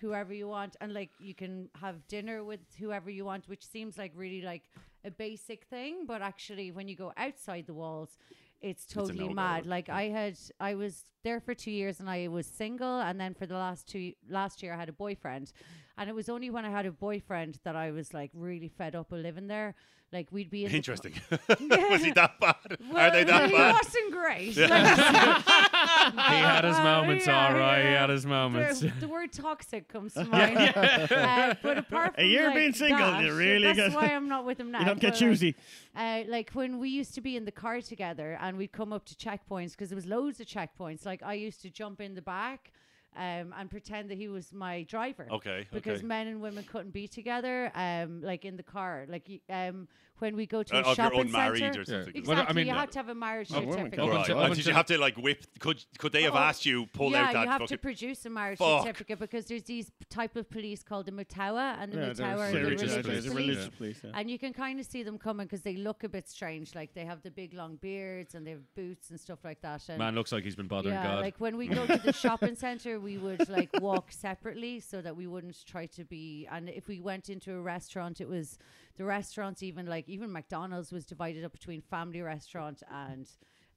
E: whoever you want, and like you can have dinner with whoever you want, which seems like really like a basic thing, but actually, when you go outside the walls. It's totally
B: no-go.
E: mad. Like I had, I was there for two years, and I was single. And then for the last two last year, I had a boyfriend, and it was only when I had a boyfriend that I was like really fed up of living there. Like we'd be in the co- *laughs*
B: Interesting. *laughs* Was he that bad? Are they
E: well,
B: that
E: he
B: bad?
E: wasn't great. *laughs*
D: He had his
E: Uh,
D: moments,
E: yeah,
D: all right. He
E: yeah.
D: had his moments. *laughs*
E: the, the word toxic comes to mind. Uh, but apart
C: A
E: from
C: year
E: like
C: being single,
E: that,
C: you really
E: that's
C: got-
E: why I'm not with him
C: *laughs*
E: now.
C: You don't get
E: but, like,
C: choosy.
E: uh, like when we used to be in the car together and we'd come up to checkpoints because there was loads of checkpoints. Like I used to jump in the back um, and pretend that he was my driver.
B: Okay,
E: Because
B: okay.
E: men and women couldn't be together, um, like in the car. Like y- um, when we go to
B: Uh,
E: a
B: of your
E: shopping
B: own marriage
E: center.
B: or something.
E: Exactly.
D: Well, I mean-
E: you have to have a marriage
C: Oh, women
E: certificate.
C: can.
B: Right.
D: Until-
B: And did
D: until-
B: you have to like whip? Could could they have
E: Oh,
B: asked you pull
E: yeah,
B: out that
E: you have
B: fucking?
E: to produce a marriage
B: Fuck.
E: certificate because there's these p- type of police called the Mutawa and the
C: Yeah,
E: Mutawa
C: they're
E: are the
D: serious
E: religious
D: police.
E: police.
D: They're
C: religious police, yeah.
E: And you can kind of see them coming because they look a bit strange. Like they have the big long beards and they have boots and stuff like that. And
D: Man looks like he's been bothering
E: yeah,
D: God.
E: like when we go to the shopping center, we would like walk separately so that we wouldn't try to be. And if we went into a restaurant, it was the restaurants. Even like even McDonald's was divided up between family restaurant and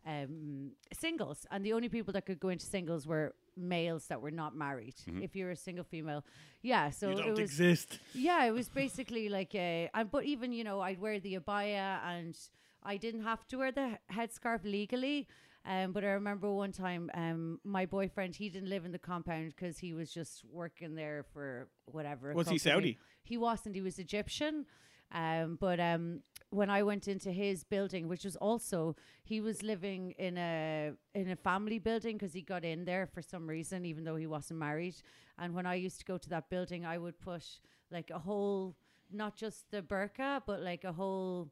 E: um, singles, and the only people that could go into singles were males that were not married.
D: Mm-hmm.
E: If you're a single female, yeah. So
C: You
E: it
C: don't
E: was
C: exist.
E: yeah, it was basically like a. And but even you know, I'd wear the abaya, and I didn't have to wear the he- headscarf legally. Um, but I remember one time, um, my boyfriend he didn't live in the compound because he was just working there for whatever.
C: Was he
E: company.
C: Saudi?
E: He wasn't. He was Egyptian. Um, but um, when I went into his building, which was also he was living in a in a family building because he got in there for some reason, even though he wasn't married. And when I used to go to that building, I would put like a whole, not just the burqa, but like a whole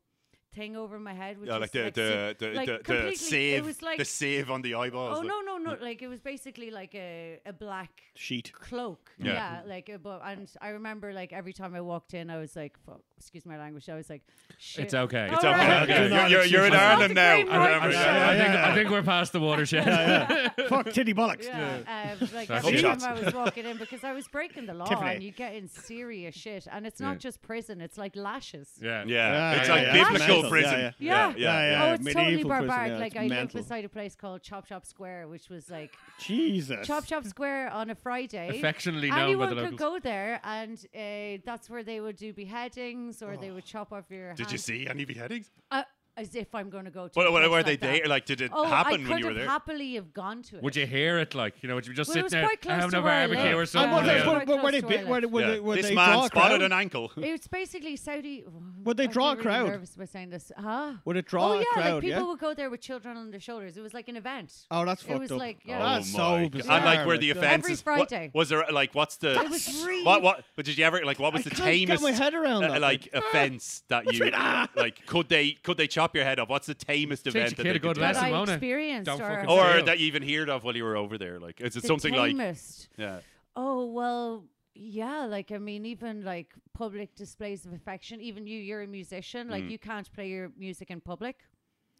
E: thing over my head. Which
B: Yeah,
E: was
B: like the
E: like
B: the
E: su-
B: the,
E: like
B: the, the
E: completely- It
B: save
E: was like
B: the save on the eyeballs.
E: oh
B: like-
E: no no no! Like it was basically like a a black
C: Sheet.
E: cloak.
B: Yeah.
E: Yeah. like above. And I remember, like every time I walked in, I was like, fuck, "Excuse my language." I was like, "Shit."
D: It's okay.
E: All
D: It's
B: Okay,
E: right.
B: okay.
D: Okay.
B: You're, you're, you're
D: It's
B: in
D: not
B: Ireland
E: the
B: now.
E: Green Knight.
B: Remember,
D: I,
B: yeah.
D: I think, I think we're past the watershed.
C: *laughs* Fuck titty bollocks.
E: Yeah, um, like
D: That's
E: every
B: it.
E: time I was walking in because I was breaking the law
C: Tiffany.
E: and you get in serious shit, and it's not
D: Yeah.
E: just prison; it's like lashes.
D: *laughs* yeah.
B: Yeah,
C: Yeah,
B: it's
C: yeah,
B: like
C: yeah.
B: biblical
C: Mental.
B: prison.
C: Yeah,
E: Yeah.
B: yeah,
C: Yeah,
E: Oh,
C: yeah.
E: it's totally
C: Medieval prison,
E: barbaric.
C: yeah,
E: like
C: it's
E: I lived
C: mental.
E: beside a place called Chop Shop Square, which was like
C: Jesus.
E: Chop Shop Square on a Friday.
D: Affectionately known by
E: Anyone
D: the
E: could
D: locals.
E: go there, and uh, that's where they would do beheadings, or they
C: Oh.
E: would chop off your.
B: Did you
E: hand.
B: see any beheadings?
E: Uh, as if I'm going to go to. a
B: What, what
E: place
B: were they
E: like that.
B: there? Like, did it
E: Oh, I
B: happen
E: could
B: when you were
E: have
B: there?
E: happily have gone to it.
D: Would you hear it? Like you know, would you just
E: Well, it
D: sit
E: was
D: there
E: quite close
D: having
E: to
D: a
E: where I
D: barbecue or
E: live. And
C: And
D: something?
C: what,
E: Yeah.
D: yeah.
E: Quite
C: what, what, were
E: close
C: they?
E: to
C: Bit,
E: where I
C: were,
E: live.
C: were
B: uh, Yeah.
C: they, were
B: This
C: they
B: man
C: draw a
B: spotted
C: crowd?
B: an ankle.
E: It's basically Saudi.
C: Would they
E: I feel
C: draw a
E: really
C: crowd?
E: Nervous about saying this, huh?
C: Would it draw
E: oh yeah,
C: a crowd?
E: like people
C: yeah.
E: would go there with children on their shoulders. It was like an event.
C: oh, that's
E: it
C: fucked
E: was
C: up.
E: like,
B: Oh
E: yeah.
C: That's so
B: my God.
C: bizarre,
B: And like where the
C: like,
B: offences.
E: Every
B: what-
E: Friday.
B: was there like what's the?
E: It was really-
B: What what? But did you ever like what was
C: I
B: the
C: can't get
B: tamest?
C: my head around
B: uh,
C: that,
B: like offense that you like. Could they could they chop your head off? What's the tamest
D: your
B: event
D: kid
B: that they
D: a good
B: could do?
E: That
D: lesson.
E: I
D: Simona,
E: experienced,
D: eh? don't
E: or,
D: fucking say
B: or
D: Sale.
B: that you even heard of while you were over there? Like, is it
E: the
B: something like?
E: tamest.
B: Yeah.
E: Oh well, yeah. Like I mean, even like public displays of affection. Even you, you're a musician. Like you can't play your music in public.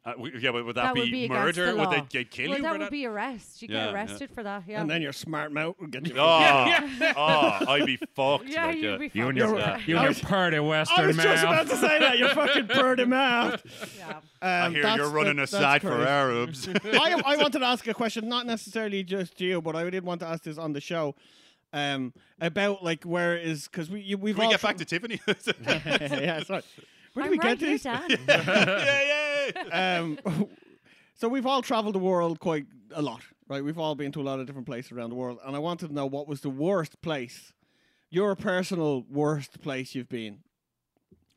B: Uh, w- yeah, but would that,
E: that would be against
B: murder?
E: The law.
B: Would they they'd kill
E: well,
B: you
E: that
B: for
E: would
B: that?
E: be arrest. You
B: Yeah, yeah.
E: get arrested for that. Yeah.
C: And then your smart mouth would get you.
E: *laughs*
B: oh, oh, I'd be fucked.
E: yeah,
B: like, uh,
E: you'd
B: yeah.
E: be
D: You and
E: fucked.
D: your
B: Yeah.
D: you and your party
C: I
D: western
C: was just
D: *laughs*
C: about
D: mouth.
C: to say that, you
B: *laughs*
C: fucking Um, bird him out.
E: yeah.
B: I hear you're running a side for
C: *laughs*
B: Arabs.
C: I,
B: *laughs*
C: I wanted to ask a question, not necessarily just you, but I did want to ask this on the show um, about like where is because we you, we've
B: Can we
C: all
B: get back to Tiffany? *laughs* yeah,
C: *laughs* yeah, sorry. Where do
E: I'm
C: we get
E: right
C: to?
E: here,
C: this?
E: Dan.
C: *laughs*
B: yeah.
C: um, *laughs* so we've all traveled the world quite a lot, right? We've all been to a lot of different places around the world, and I wanted to know what was the worst place, your personal worst place you've been.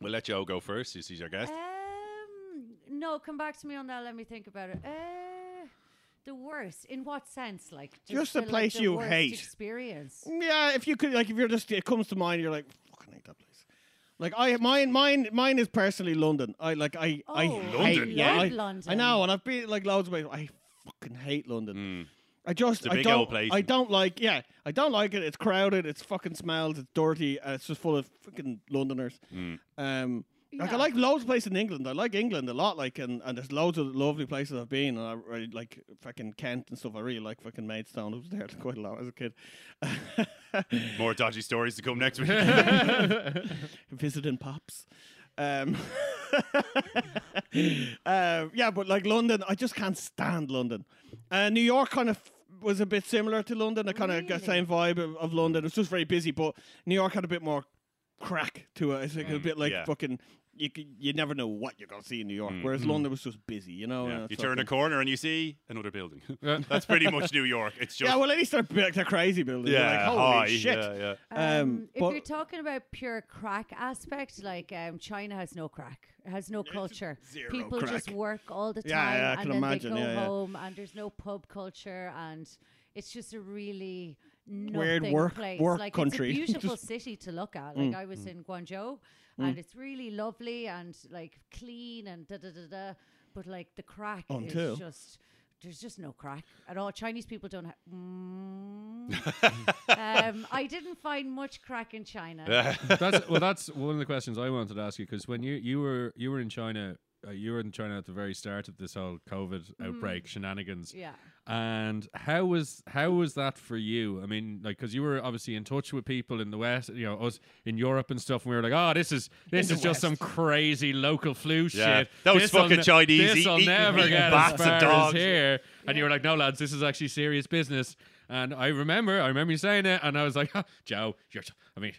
B: We'll let Joe go first. This is our guest.
E: Um, no, come back to me on that. Let me think about it. Uh, the worst. In what sense? Like
C: Just the
E: feel like
C: place you
E: worst
C: hate.
E: Experience.
C: Yeah, if you could, like, if you're just, it comes to mind, you're like, fucking hate that place. Like I, mine, mine, mine is personally London. I like, I, I
E: Oh,
C: hate,
B: London?
C: yeah,
E: Love
C: I,
E: London.
C: I know, and I've been like loads of places. I fucking hate London. I just
B: Hmm. It's a
C: I
B: big
C: don't
B: old place.
C: I don't like yeah I don't like it. It's crowded. It's fucking smells. It's dirty. Uh, it's just full of fucking Londoners. Um, like I
E: Yeah.
C: like loads of places in England. I like England a lot. Like and, and there's loads of lovely places I've been. And I really like fucking Kent and stuff. I really like fucking Maidstone. I was there *laughs* quite a lot as a kid.
B: More dodgy stories to come
C: *laughs*
B: next week.
C: Visiting pops. Um, *laughs* uh, yeah, but like London, I just can't stand London. Uh, New York kind of was a bit similar to London. I kind of got the
E: Really?
C: same vibe of, of London. It was just very busy, but New York had a bit more crack to it. It's like a bit like
B: Mm, yeah. Mm,
C: fucking. You, c- you never know what you're gonna see in New York, whereas London was just busy, you know. and
B: Yeah. You
C: it's
B: turn a
C: fucking-
B: corner and you see another
C: *laughs*
B: building.
D: Yeah.
B: That's pretty much New York. It's just
C: yeah, well, at least they're, bu- they're crazy buildings. You're
B: yeah,
C: like, holy
B: hi,
C: shit.
B: yeah, yeah.
C: Um,
E: if
C: but-
E: you're talking about pure crack aspect, like um, China has no crack, it has no culture.
C: *laughs* zero
E: People just
C: crack.
E: work all the time,
C: Yeah, yeah, I
E: and
C: can
E: then
C: imagine,
E: they go
C: yeah, yeah.
E: home, and there's no pub culture, and it's just a really
C: Weird
E: nothing
C: work-
E: place.
C: work
E: like
C: country. *laughs*
E: it's a beautiful city to look at. Like I was in Guangzhou, and it's really lovely and like clean and da da da da. But like the crack
C: Until-
E: is just. There's just no crack at all. Chinese people don't have. Mm. um, I didn't find much crack in China.
D: that's well. That's one of the questions I wanted to ask you because when you you were you were in China, uh, you were in China at the very start of this whole COVID outbreak shenanigans.
E: Mm-hmm. Yeah.
D: And how was how was that for you? I mean, like, because you were obviously in touch with people in the West, you know, us in Europe and stuff. And we were like, oh, this is this is just some crazy local flu
B: Yeah.
D: shit.
B: Those
D: This'll
B: fucking Chinese
D: This'll
B: eat- eat-
D: never
B: eating
D: get
B: bats
D: as
B: and
D: far
B: dogs.
D: as here. And you were like, no, lads, this is actually serious business. And I remember, I remember you saying it, and I was like, *laughs* Joe, you're, t- I mean.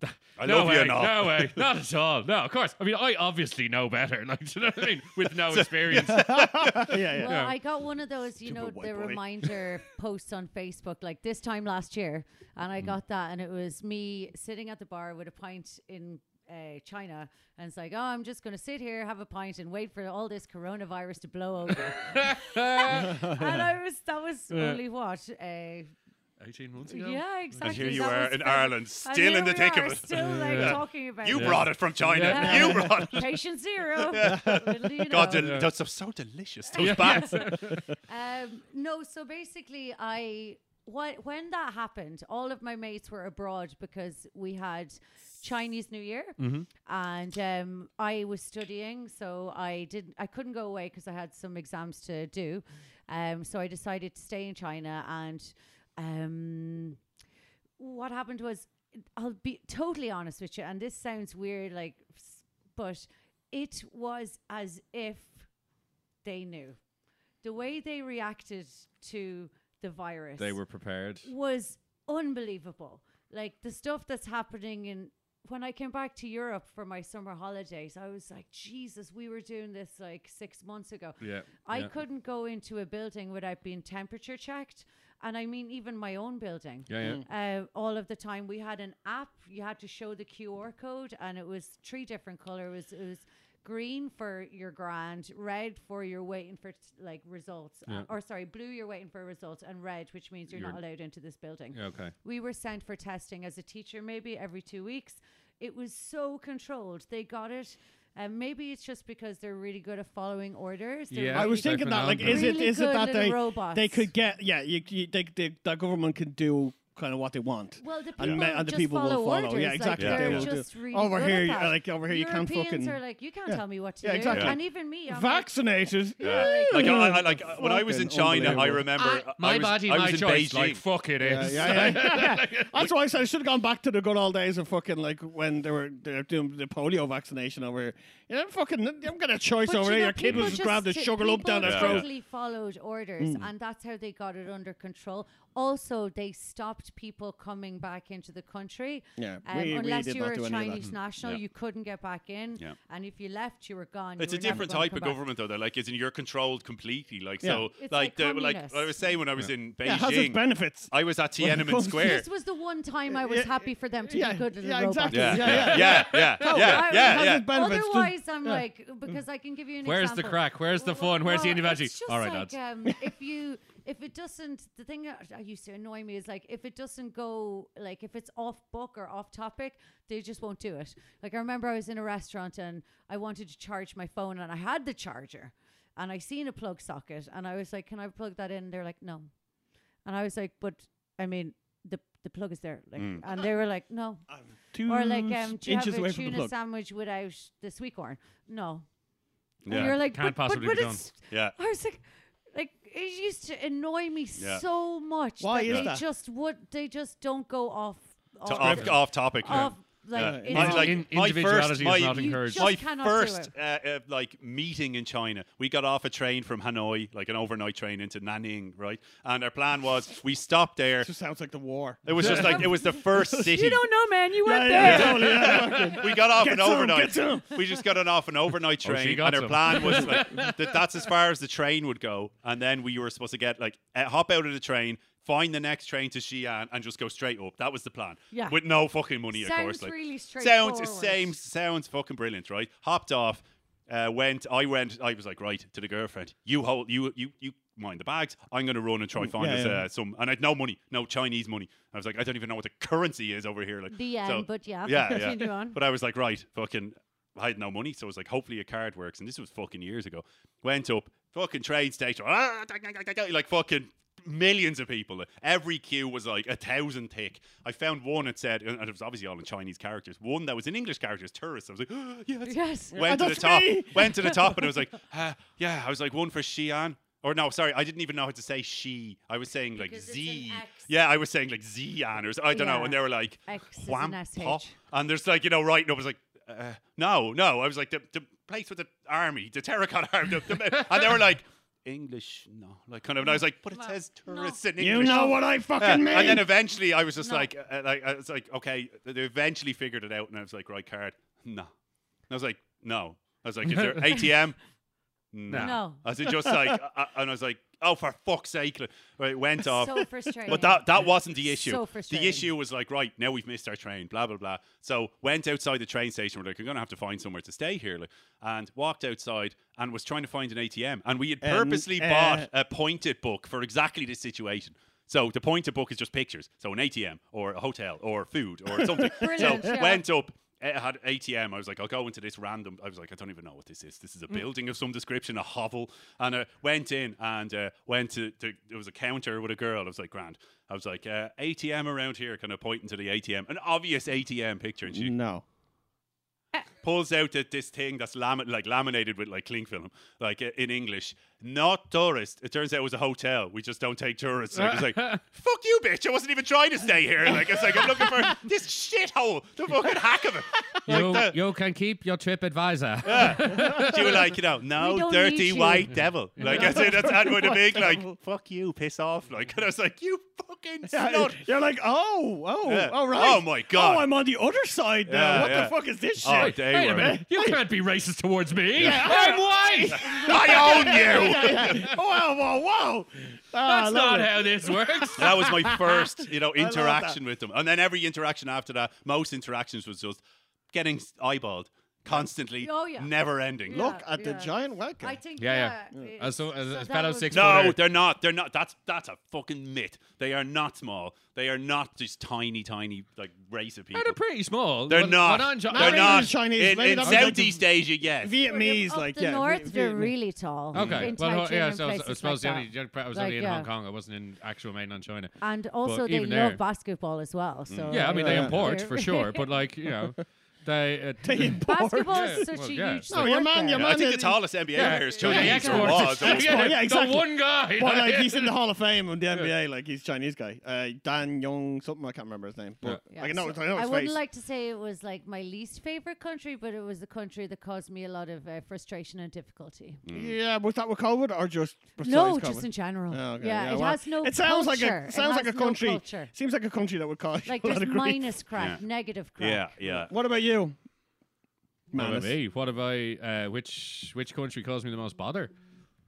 D: *laughs*
B: I
D: no
B: love
D: way,
B: you and all.
D: No
B: *laughs*
D: way, not at all. No, of course. I mean, I obviously know better. *laughs* Like, do you know what I mean? With
B: *laughs*
D: no experience. *laughs*
C: yeah, yeah.
E: Well,
D: Yeah.
E: I got one of those, you know,
B: Stupid white
E: the
B: boy. *laughs*
E: reminder posts on Facebook, like this time last year, and
B: Mm.
E: I got that, and it was me sitting at the bar with a pint in. Uh, China and it's like, oh, I'm just gonna sit here, have a pint, and wait for all this coronavirus to blow over.
B: *laughs*
E: and I was, that was only what, uh,
D: 18 months ago?
E: yeah, exactly.
B: And here you
E: that
B: are
E: was
B: in
E: the-
B: Ireland,
E: and
B: still in the
E: here we
B: thick
E: are,
B: of it.
E: Still like talking about
B: You
E: it.
B: brought it from China.
E: Yeah.
B: You brought it. *laughs*
E: patient zero. Little do you
B: God,
E: know.
B: del- that's so- so delicious. Those bats.
E: Um, no, so basically, I what when that happened, all of my mates were abroad because we had Chinese New Year, and um, I was studying, so I didn't, I couldn't go away because I had some exams to do, um, so I decided to stay in China, and um, what happened was, I'll be totally honest with you, and this sounds weird, like, s- but it was as if they knew the way they reacted to the
D: *laughs*
E: virus
D: They were prepared.
E: was unbelievable like the stuff that's happening in when i came back to europe for my summer holidays i was like jesus we were doing this like six months ago
D: Yeah.
E: i
D: yeah.
E: couldn't go into a building without being temperature checked and i mean even my own building
D: Yeah, yeah.
E: uh, all of the time. We had an app. You had to show the QR code, and it was three different colors. It was, it was green for your grand, red for you're waiting for t- like results, uh,
D: Yeah.
E: or sorry, blue you're waiting for results, and red which means you're, not
D: You're-
E: allowed into this building.
D: Yeah, Okay.
E: We were sent for testing as a teacher, maybe every two weeks. It was so controlled. They got it. And maybe it's just because they're really good at following orders. They're
D: Yeah.
C: I
E: really
D: was
C: was
E: good
D: thinking
C: thinking that, like,
D: Really
C: is it is it
E: good
C: that
E: little
C: they
E: robots.
C: they could get yeah, you, you they, they, that government can do kind of what they want.
E: Well, the people
C: And ma- and the
E: just
C: people will
E: follow
C: follow.
E: Orders.
C: Yeah, exactly.
E: Like,
B: They
E: they're
B: will
E: just
C: do.
E: really
C: Over
E: good
C: here,
E: at
C: you-
E: that.
C: like, over here you can't
E: Europeans
C: fucking-
E: are like, you can't tell me what to
C: Yeah,
E: do.
C: exactly.
E: And even me, I'm like,
C: Vaccinated.
B: Yeah. Like, I, I, like uh, when I was in
C: Fucking
B: China, I
C: unbelievable.
B: remember uh, I,
D: my
B: was,
D: body,
B: I
D: my
B: was in
D: choice.
B: Beijing.
D: Like, fuck it
C: Yeah,
D: is. *laughs*
C: yeah, yeah. *laughs* That's why I said I should have gone back to the good old days of fucking like when they were they were doing the polio vaccination over here. You know, fucking, you haven't got a choice
E: But
C: over
E: you
C: here.
E: know,
C: Your kid
E: people
C: was just grabbed a
E: t-
C: sugar lump down
E: people
B: Yeah.
C: their throat. Mm.
E: totally followed orders, and that's how they got it under control. Also, they stopped people coming back into the country.
C: Yeah,
E: um,
C: we- we
E: unless
C: did
E: you
C: not
E: were
C: do
E: a
C: any of that. Mm.
E: Chinese national,
B: Yeah.
E: you couldn't get back in.
B: Yeah.
E: And if you left, you were gone. You
B: It's a
E: were never
B: different
E: gonna
B: type
E: come
B: of
E: back.
B: government, though. They're like, it's in you're controlled completely. Like,
C: Yeah.
B: so, like,
E: It's like
B: the, like
E: communist.
B: I was saying when I was in
C: Yeah, it has its
B: Beijing,
C: benefits.
B: I was at Tiananmen
C: comes-
B: Square.
E: This was the one time I was
C: Yeah,
E: happy for them to
C: yeah,
E: be good little
C: yeah,
E: robots.
C: exactly.
B: Yeah,
C: Yeah,
B: yeah, yeah, yeah, yeah, yeah,
E: I-
B: yeah.
C: It has its benefits.
E: Otherwise, I'm like because I can give you an
D: Where's the
E: example.
D: crack? Where's the
E: Well,
D: fun? Where's the
E: well,
D: individuality?
E: it's just
D: All right,
E: like,
D: lads.
E: Um,
D: *laughs*
E: if you if it doesn't, the thing that I used to annoy me is like if it doesn't go like if it's off book or off topic, they just won't do it. Like I remember I was in a restaurant and I wanted to charge my phone and I had the charger and I seen a plug socket and I was like, can I plug that in? They're like, no. And I was like, but I mean, the the plug is there. Like,
D: Mm.
E: and they were like, no.
C: Two
E: Or like, um, do you
C: Mm-hmm. inches
E: have
C: away
E: a
C: from the
E: tuna
C: plug.
E: sandwich without the sweet corn? No.
B: Yeah.
E: And you're like,
D: Can't
E: but,
D: possibly
E: but,
D: be
E: but
D: done.
E: it's.
B: Yeah.
E: I was like, like it used to annoy me
B: Yeah.
E: so much.
C: Why
E: that
C: is
E: they
C: that?
E: just would. They just don't go off. Off.
B: To off, off topic. yeah.
E: off, like,
B: Yeah.
E: it's
B: Mine-
E: all-
B: like,
D: In-
B: my first,
D: individuality
B: my,
D: is not
E: You
B: *laughs*
D: encouraged.
E: just-
B: my
E: cannot do
B: first
E: it.
B: uh, uh, like meeting in China, we got off a train from Hanoi, like an overnight train into Nanning, right? And our plan was we stopped there.
C: It just sounds like the war.
B: It was just like it was
E: *laughs*
B: the first city.
E: you don't know, man. You weren't there.
C: totally, yeah, fucking.
B: we got off
C: Get
B: an
C: some,
B: overnight.
C: get some.
B: We just got an off an overnight
D: Oh, she
B: train,
D: got
B: and our
D: some.
B: plan
D: *laughs*
B: was like that, that's as far as the train would go, and then we were supposed to get like uh, hop out of the train, find the next train to Xi'an, and just go straight up. That was the plan.
E: Yeah.
B: With no fucking money, of course.
E: Sounds
B: Like
E: really
B: sounds
E: straightforward.
B: same sounds fucking brilliant, right? Hopped off, uh, went. I went. I was like, right to the girlfriend. You hold. You you you. Mind the bags. I'm gonna run and try find
C: yeah,
B: us,
C: yeah.
B: Uh, some, and I had no money, no Chinese money. I was like, I don't even know what the currency is over here. Like,
E: The yen, but yeah,
B: yeah,
E: continue
B: yeah.
E: on.
B: But I was like, right, fucking, I had no money, so I was like, hopefully a card works. And this was fucking years ago. Went up, fucking train station, *laughs* ah, da, da, da, da, like fucking millions of people. Every queue was like a thousand thick. I found one that said, and it was obviously all in Chinese characters. One that was in English characters, tourists. I was like, *gasps* "Ah, yeah, that's
E: *laughs* Yes.
B: went
C: Ah,
B: to the
C: that's
B: top.
C: me.
B: Went to the top,
C: *laughs*
B: and I was like, ah, yeah. I was like one for Xi'an. Or no, sorry, I didn't even know how to say she. I was saying like
E: Because it's
B: Z.
E: an X.
B: Yeah, I was saying like Zian or so- I don't know.
E: Yeah.
B: And they were like
E: X is an
B: Huampa.
E: SH.
B: And there's like, you know, writing up. I was like, uh, no, no. I was like, the, the place with the army, the terracotta army. the- the- and they were like, English, no. Like kind of, and I was like, but it
E: No,
B: says
E: no.
B: tourists in English.
C: You know what I fucking
B: Yeah,
C: mean.
B: And then eventually, I was just
E: No.
B: like, uh, like, I was like, okay. They eventually figured it out, and I was like, right card, no. And I was like, no. I was like, is there ATM? No.
E: No.
B: I was just
E: *laughs*
B: like, uh, and I was like, oh for fuck's sake! like, Right, it went off.
E: So frustrating.
B: But that that wasn't the issue.
E: So
B: the
E: frustrating.
B: issue was like, right now we've missed our train, blah blah blah. So went outside the train station. We're like, we're gonna have to find somewhere to stay here, like, and walked outside and was trying to find an ATM. And we had
C: Um,
B: purposely
C: uh,
B: bought a pointed book for exactly this situation. So the pointed book is just pictures. So an ATM or a hotel or food or something. so
E: *laughs* Brilliant, yeah.
B: went up. It had ATM. I was like, I'll go into this random. I was like, I don't even know what this is. This is a building of some description, a hovel. And I went in and uh, went to, to. There was a counter with a girl. I was like, grand. I was like, uh, ATM around here. Kind of pointing to the ATM, an obvious ATM picture, and she
C: No.
B: pulls out that this thing that's lami- like laminated with like cling film, like uh, in English. Not tourist. It turns out it was a hotel. We just don't take tourists. And I was like, fuck you, bitch. I wasn't even trying to stay here. Like, it's like, I'm looking for this shithole, the fucking hack of it. Like
D: you,
B: the-
D: you can keep your trip
B: *laughs*
D: advisor.
B: she was like, you know,
E: We
B: no
E: don't
B: dirty
E: need
B: white
E: you."
B: devil. Like, I said, that's that would have been
E: *laughs*
B: like, fuck you, piss off. Like, and I was like, you fucking
E: *laughs*
B: slut.
C: You're like, oh, oh,
B: Yeah.
C: all right.
B: Oh my God.
C: Oh, I'm on the other side now.
B: Yeah,
C: what
B: yeah.
C: the fuck is this shit?
B: *laughs* Oh, they
D: Wait a
B: were-
D: minute. You can't be racist towards me. *laughs*
C: Yeah.
D: I'm white.
C: *laughs*
B: I own you.
C: Whoa, whoa,
B: *laughs*
C: whoa! Ah,
D: That's not how this works.
B: that was my first, you know,
C: love that.
B: interaction with them. And then every interaction after that, most interactions was just getting s- eyeballed constantly,
E: Oh, yeah.
B: never ending.
E: Yeah.
C: Look at the giant wagon.
E: I think.
D: Yeah,
E: Yeah,
D: yeah.
E: it-
D: As so- as- as
E: that
D: fellow
E: would-
D: six-
B: No,
D: Order.
B: they're not. They're not. That's that's a fucking myth. They are not small. They are not this tiny, tiny like race of people.
D: They're pretty small.
B: They're
D: When-
B: not.
D: when I'm jo-
B: they're
C: maybe
B: not
C: there's Chinese,
B: In,
C: maybe
B: in
C: that was like the-
B: Southeast Asia, yes.
C: Vietnamese,
E: Up
C: like
E: the
C: yeah,
E: north,
C: Vi-
E: they're
C: Vietnam-
E: really tall.
D: Okay.
E: In
D: well, ho-
E: Tianjin
D: yeah.
E: and
D: So I was- I
E: places
D: suppose
E: like
D: the
E: that.
D: only I was
E: Like,
D: only in
E: yeah.
D: Hong Kong. I wasn't in actual mainland China.
E: And also,
D: But
E: they
D: even
E: love
D: there-
E: basketball as well. So
D: Uh, Yeah, I mean they
C: Yeah.
D: import *laughs*
E: *laughs* they're-
D: for sure, but like you *laughs* know, they uh,
C: *laughs* They import.
E: *laughs* basketball is
D: Yeah,
E: such
D: well,
E: a
D: yeah.
E: huge.
D: No,
E: sport
C: your man-
E: there.
C: your
B: Yeah, I
C: man
B: think the
C: is-
B: tallest NBA player is
D: yeah,
B: Chinese.
D: he
E: yeah,
B: or
E: exports
B: was,
D: exported
B: or
D: it.
B: was.
D: Yeah,
C: Yeah, exactly.
D: The one guy.
C: But like
D: *laughs*
C: he's in the Hall of Fame in the NBA, like he's Chinese guy, uh, Dan Young something. I can't remember his name, but
E: Yeah,
C: I know,
E: so
C: I know his
E: wouldn't
C: face.
E: like to say it was like my least favorite country, but it was the country that caused me a lot of uh, frustration and difficulty.
B: Mm.
C: yeah, was that with COVID or just besides
E: No,
C: COVID?
E: just in general.
C: Oh, okay,
E: yeah, it
C: well,
E: has no.
C: It sounds
E: culture.
C: like a sounds
E: it
C: like a
E: has no
C: country. *laughs*
E: culture.
C: seems like a country that would cause
E: Like
C: *laughs* a lot
E: there's
C: of grief.
E: minus crap,
B: Yeah.
E: negative
B: *laughs*
E: crap.
B: Yeah, yeah.
C: What about you?
D: What about
C: Manus.
D: me? What have I? Uh, which which country caused me the most bother?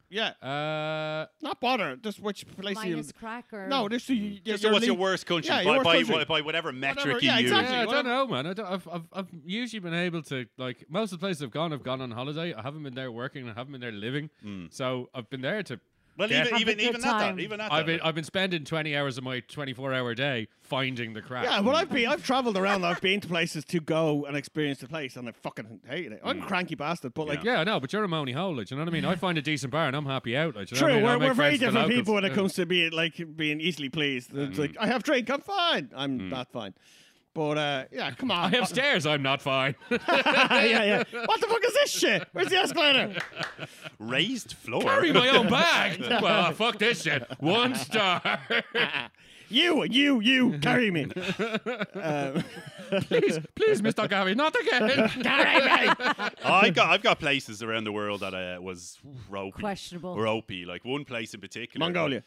C: Yeah,
D: Uh,
C: not bother. Just which place you?
E: Minus crack or
C: No, this you.
B: Just so what's your worst country by,
C: Yeah, your worst
B: by,
C: country.
B: by- by whatever metric
C: Whatever,
B: you
C: yeah,
B: use?
C: exactly.
D: yeah, I
C: Well-
D: don't know, man. I don't, I've, I've I've usually been able to like Mm. most of the places I've gone. I've gone on holiday. I haven't been there working. I haven't been there living. So I've been there to
B: Well,
D: Yeah.
B: even
E: Have a
B: even
E: good
B: even at
E: time.
B: that, even at
D: I've
B: that,
D: been I've been spending twenty hours of my twenty four hour day finding the crack.
C: Yeah, well, I've been, I've travelled around. I've been to places to go and experience the place, and I fucking hate it. I'm a cranky bastard, but like,
D: Mm. yeah, I know, but you're a money hole, like, you know what I mean? I find a decent bar and I'm happy out, like, you know
C: true,
D: what I mean? I
C: we're,
D: make
C: we're very
D: friends with the
C: different people when
D: locals. Mm.
C: it comes to being like being easily pleased. It's like I have drink, I'm fine. I'm not fine, but uh, yeah, come on.
D: *laughs* I have stairs, I'm not fine. *laughs*
C: yeah, yeah.
B: *laughs*
C: What the fuck is this shit? Where's the escalator?
B: raised floor.
D: Carry *laughs* my own bag. well, uh, fuck this shit. One star.
C: You, you, you, carry me. um,
D: *laughs* please, please, Mr. Gary, not *laughs* again.
C: carry me.
B: I got I've got places around the world that uh, was ropey,
E: Questionable.
B: ropey. Like one place in particular,
C: Mongolia.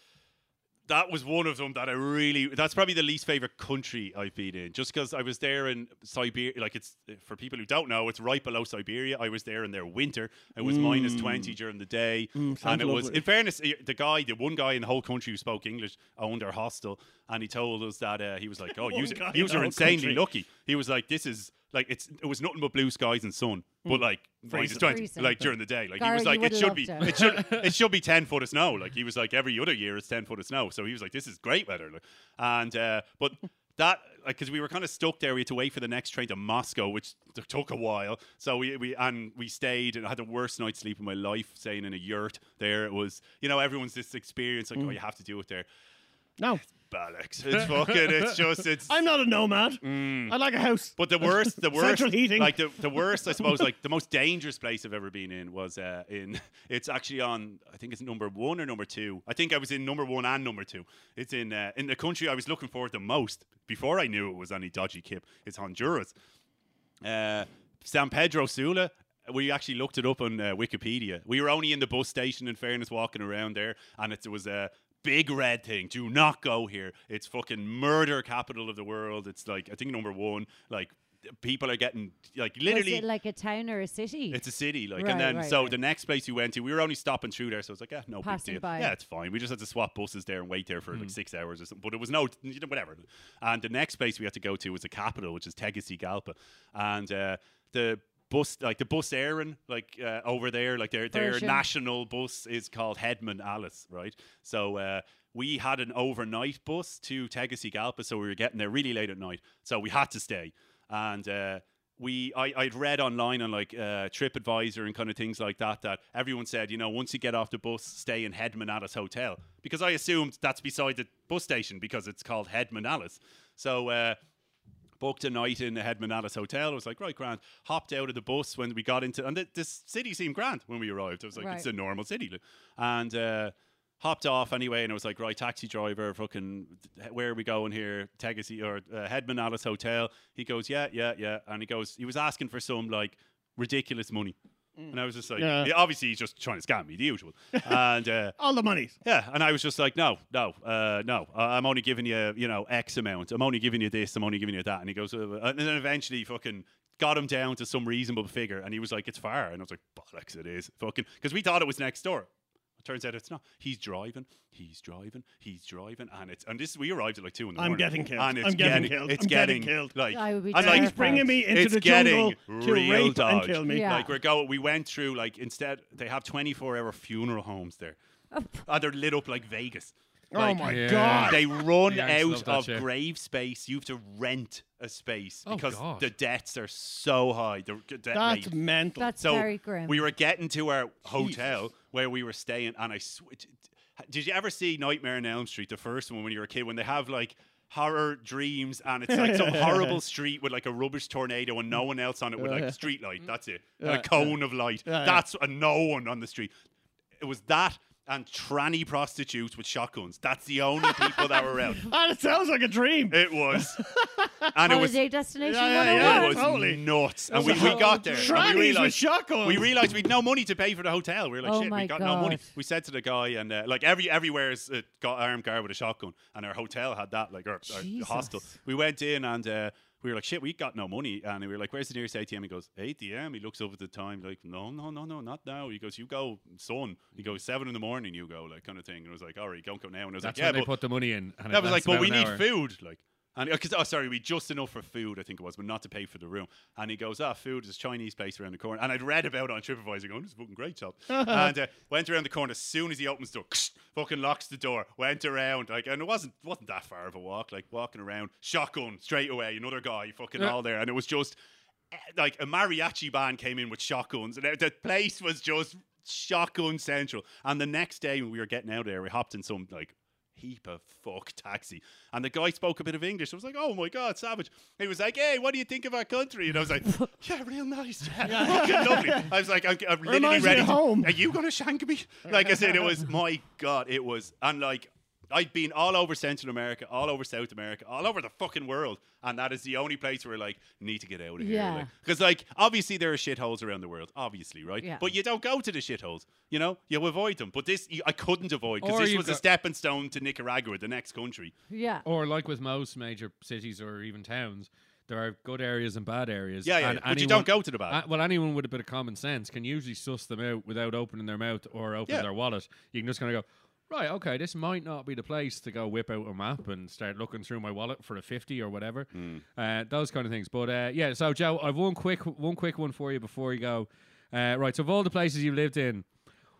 B: That was one of them that I really. That's probably the least favorite country I've been in, just because I was there in Siberia. Like it's for people who don't know, it's right below Siberia. I was there in their winter. It was minus twenty during the day, and
C: Mm. sounds
B: it was.
C: lovely.
B: In fairness, i- the guy, the one guy in the whole country who spoke English, owned our hostel, and he told us that uh, he was
C: *laughs*
B: like, "Oh,
C: One
B: yous
C: guy in
B: yous
C: the
B: are
C: whole
B: insanely
C: country.
B: lucky." He was like, "This is." Like it's it was nothing but blue skies and sun,
C: Mm.
B: but like minus
C: Freezing.
B: twenty,
E: Freezing.
B: like during the day. Like he
E: Gary,
B: was
E: you
B: like,
E: would
B: it should
E: have
B: be,
E: loved it.
B: it should, it should be ten foot of snow. Like he was like, every other year it's ten foot of snow. So he was like, this is great weather. Like, and uh, but that like because we were kind of stuck there, we had to wait for the next train to Moscow, which t- took a while. So we, we and we stayed and I had the worst night's sleep of my life, staying in a yurt. There it was, you know, everyone's this experience like, oh, you have to do it there.
C: No,
B: Bollocks! It's fucking. It's just. It's.
C: I'm not a nomad. I like a house.
B: Mm. But the worst, the worst,
C: *laughs* Central heating.
B: like the, the worst, I suppose, like the most dangerous place I've ever been in was uh, in. *laughs* It's actually on. I think it's number one or number two. I think I was in number one and number two. It's in uh, in the country I was looking for the most before I knew it was any dodgy kip. It's Honduras uh, San Pedro Sula. We actually looked it up on uh, Wikipedia. We were only in the bus station, in fairness, walking around there, and it was a big red thing. Do not go here. It's fucking murder capital of the world. It's like I think number one. Like people are getting like literally.
E: Was it like a town or a city?
B: It's a city, like,
E: Right,
B: and then
E: right,
B: so
E: right.
B: the next place we went to, we were only stopping through there, so it's like, yeah, no
E: Passing
B: big deal.
E: by.
B: Yeah, it's fine. We just had to swap buses there and wait there for like six hours or something. But it was no, you know, whatever. And the next place we had to go to was the capital, which is Tegucigalpa, and uh, the bus, like the bus Aaron, like uh, over there, like their their
E: Version.
B: national bus is called Headman Alice, right? So. Uh, we had an overnight bus to Tegucigalpa, so we were getting there really late at night. So we had to stay, and uh, we I, I'd read online on like uh, TripAdvisor and kind of things like that that everyone said, you know, once you get off the bus, stay in Headman Alice Hotel. Because I assumed that's beside the bus station because it's called Headman Alice. So uh booked a night in the Headman Alice Hotel. I was like, right, grand. Hopped out of the bus when we got into, and th- this city seemed grand when we arrived. I was like,
E: Right.
B: it's a normal city. li- And uh, hopped off anyway, and I was like, right, taxi driver, fucking, th- where are we going here? Tegucigalpa or uh, Headman Alice Hotel. He goes, yeah, yeah, yeah. And he goes, he was asking for some like ridiculous money. And I was just like,
C: Yeah.
B: yeah, obviously he's just trying to scam me, the usual. *laughs* and uh,
C: All the monies.
B: yeah, and I was just like, no, no, uh, no. Uh, I'm only giving you, you know, X amount. I'm only giving you this. I'm only giving you that. And he goes, uh, and then eventually, fucking got him down to some reasonable figure. And he was like, it's far. And I was like, bollocks, it is fucking because we thought it was next door. Turns out it's not. He's driving. He's driving. He's driving, and it's and this. We arrived at like two in the
C: I'm
B: morning.
C: getting killed.
B: And it's
C: I'm getting killed.
B: It's
C: I'm
B: getting,
C: getting killed.
B: Like
E: I would be
B: and,
E: terrified.
B: like,
E: He's
C: Bringing me into
B: it's
C: the
B: getting
C: jungle to
B: real
C: rape
B: dodge.
C: and kill me.
E: Yeah.
B: Like we're going, we went through like instead they have 24 hour funeral homes there, and they're lit up like Vegas.
C: oh
B: Like,
C: my
D: Yeah.
C: god.
B: They run
D: Yanks love
B: out
D: that
B: of
D: shit.
B: grave space. You have to rent a space
D: Oh,
B: because
D: God.
B: the debts are so high. The, the debt
C: That's
B: rate.
C: mental.
E: That's
B: so
E: very grim.
B: we were getting to our hotel where we were staying, and I switched. Did you ever see Nightmare on Elm Street, the first one, when you were a kid, when they have like horror dreams and it's like some horrible street with like a rubbish tornado and no one else on it with like a street light? That's it. And
C: Yeah,
B: a cone of light.
C: Yeah, yeah.
B: That's a no one on the street. It was that and tranny prostitutes with shotguns. That's the only people that were around.
C: Ah, that sounds like a dream.
B: It was. And it was
E: Holiday destination
C: Yeah, yeah, yeah,
B: it
E: 101.
B: was
C: Totally.
B: nuts. And we,
E: So-
B: we got there.
C: Trannies
B: and we
C: with
B: realized,
C: shotguns. *laughs*
B: We realized we'd no money to pay for the hotel. We were like,
E: Oh
B: shit,
E: my
B: we got no money.
E: God.
B: We said to the guy, and uh, like every everywhere is uh, got armed guard with a shotgun, and our hotel had that, like our, our
E: Jesus.
B: hostel. We went in and. Uh, we were like, shit, we got no money. And we were like, where's the nearest ATM? He goes, ATM. He looks up at the time, like, no, no, no, no, not now. He goes, you go, son. He goes, seven in the morning, you go, like, kind of thing. And I was like, all right, don't go now. And I was
D: That's
B: like, yeah,
D: when they
B: but
D: put the money in. And it
B: that was like,
D: lasts
B: but
D: about
B: we
D: an
B: need
D: hour.
B: food. Like, And because oh, sorry, we just enough for food, I think it was, but not to pay for the room. And he goes, ah, food is Chinese place around the corner. And I'd read about it on TripAdvisor, going, this is fucking great shop.
C: *laughs*
B: and uh, went around the corner. As soon as he opens the door, fucking locks the door. Went around, like, and it wasn't wasn't that far of a walk. Like walking around, shotgun straight away, another guy, fucking all there, and it was just eh, like a mariachi band came in with shotguns, and the place was just shotgun central. And the next day when we were getting out of there, we hopped in some like heap of fuck taxi. And the guy spoke a bit of English. I was like, oh my God, savage. He was like, hey, what do you think of our country? And I
C: *laughs*
B: was like, yeah, real nice. Yeah, fucking lovely. I was like, I'm, I'm literally
C: Reminds me
B: ready.
C: of
B: to-
C: home.
B: Are you going to shank me? Like I said, it was, my God, it was. And like, I'd been all over Central America, all over South America, all over the fucking world. And that is the only place where, like, need to get out of here.
E: Yeah.
B: Like, because, like, obviously there are shitholes around the world, obviously, right?
E: Yeah.
B: But you don't go to the shitholes, you know? You avoid them. But this, you, I couldn't avoid because
D: Or
B: this
D: you've
B: was a
D: got-
B: stepping stone to Nicaragua, the next country.
E: Yeah.
D: Or like with most major cities or even towns, there are good areas and bad areas.
B: Yeah, yeah.
D: and
B: but you don't
D: anyone-
B: go to the bad.
D: Uh, well, anyone with a bit of common sense can usually suss them out without opening their mouth or opening
B: Yeah.
D: their wallet. You can just kind of go, right, okay, this might not be the place to go whip out a map and start looking through my wallet for a fifty or whatever. Uh, those kind of things. But uh, yeah, so Joe, I've one quick one quick one for you before you go. Uh, right, so of all the places you've lived in,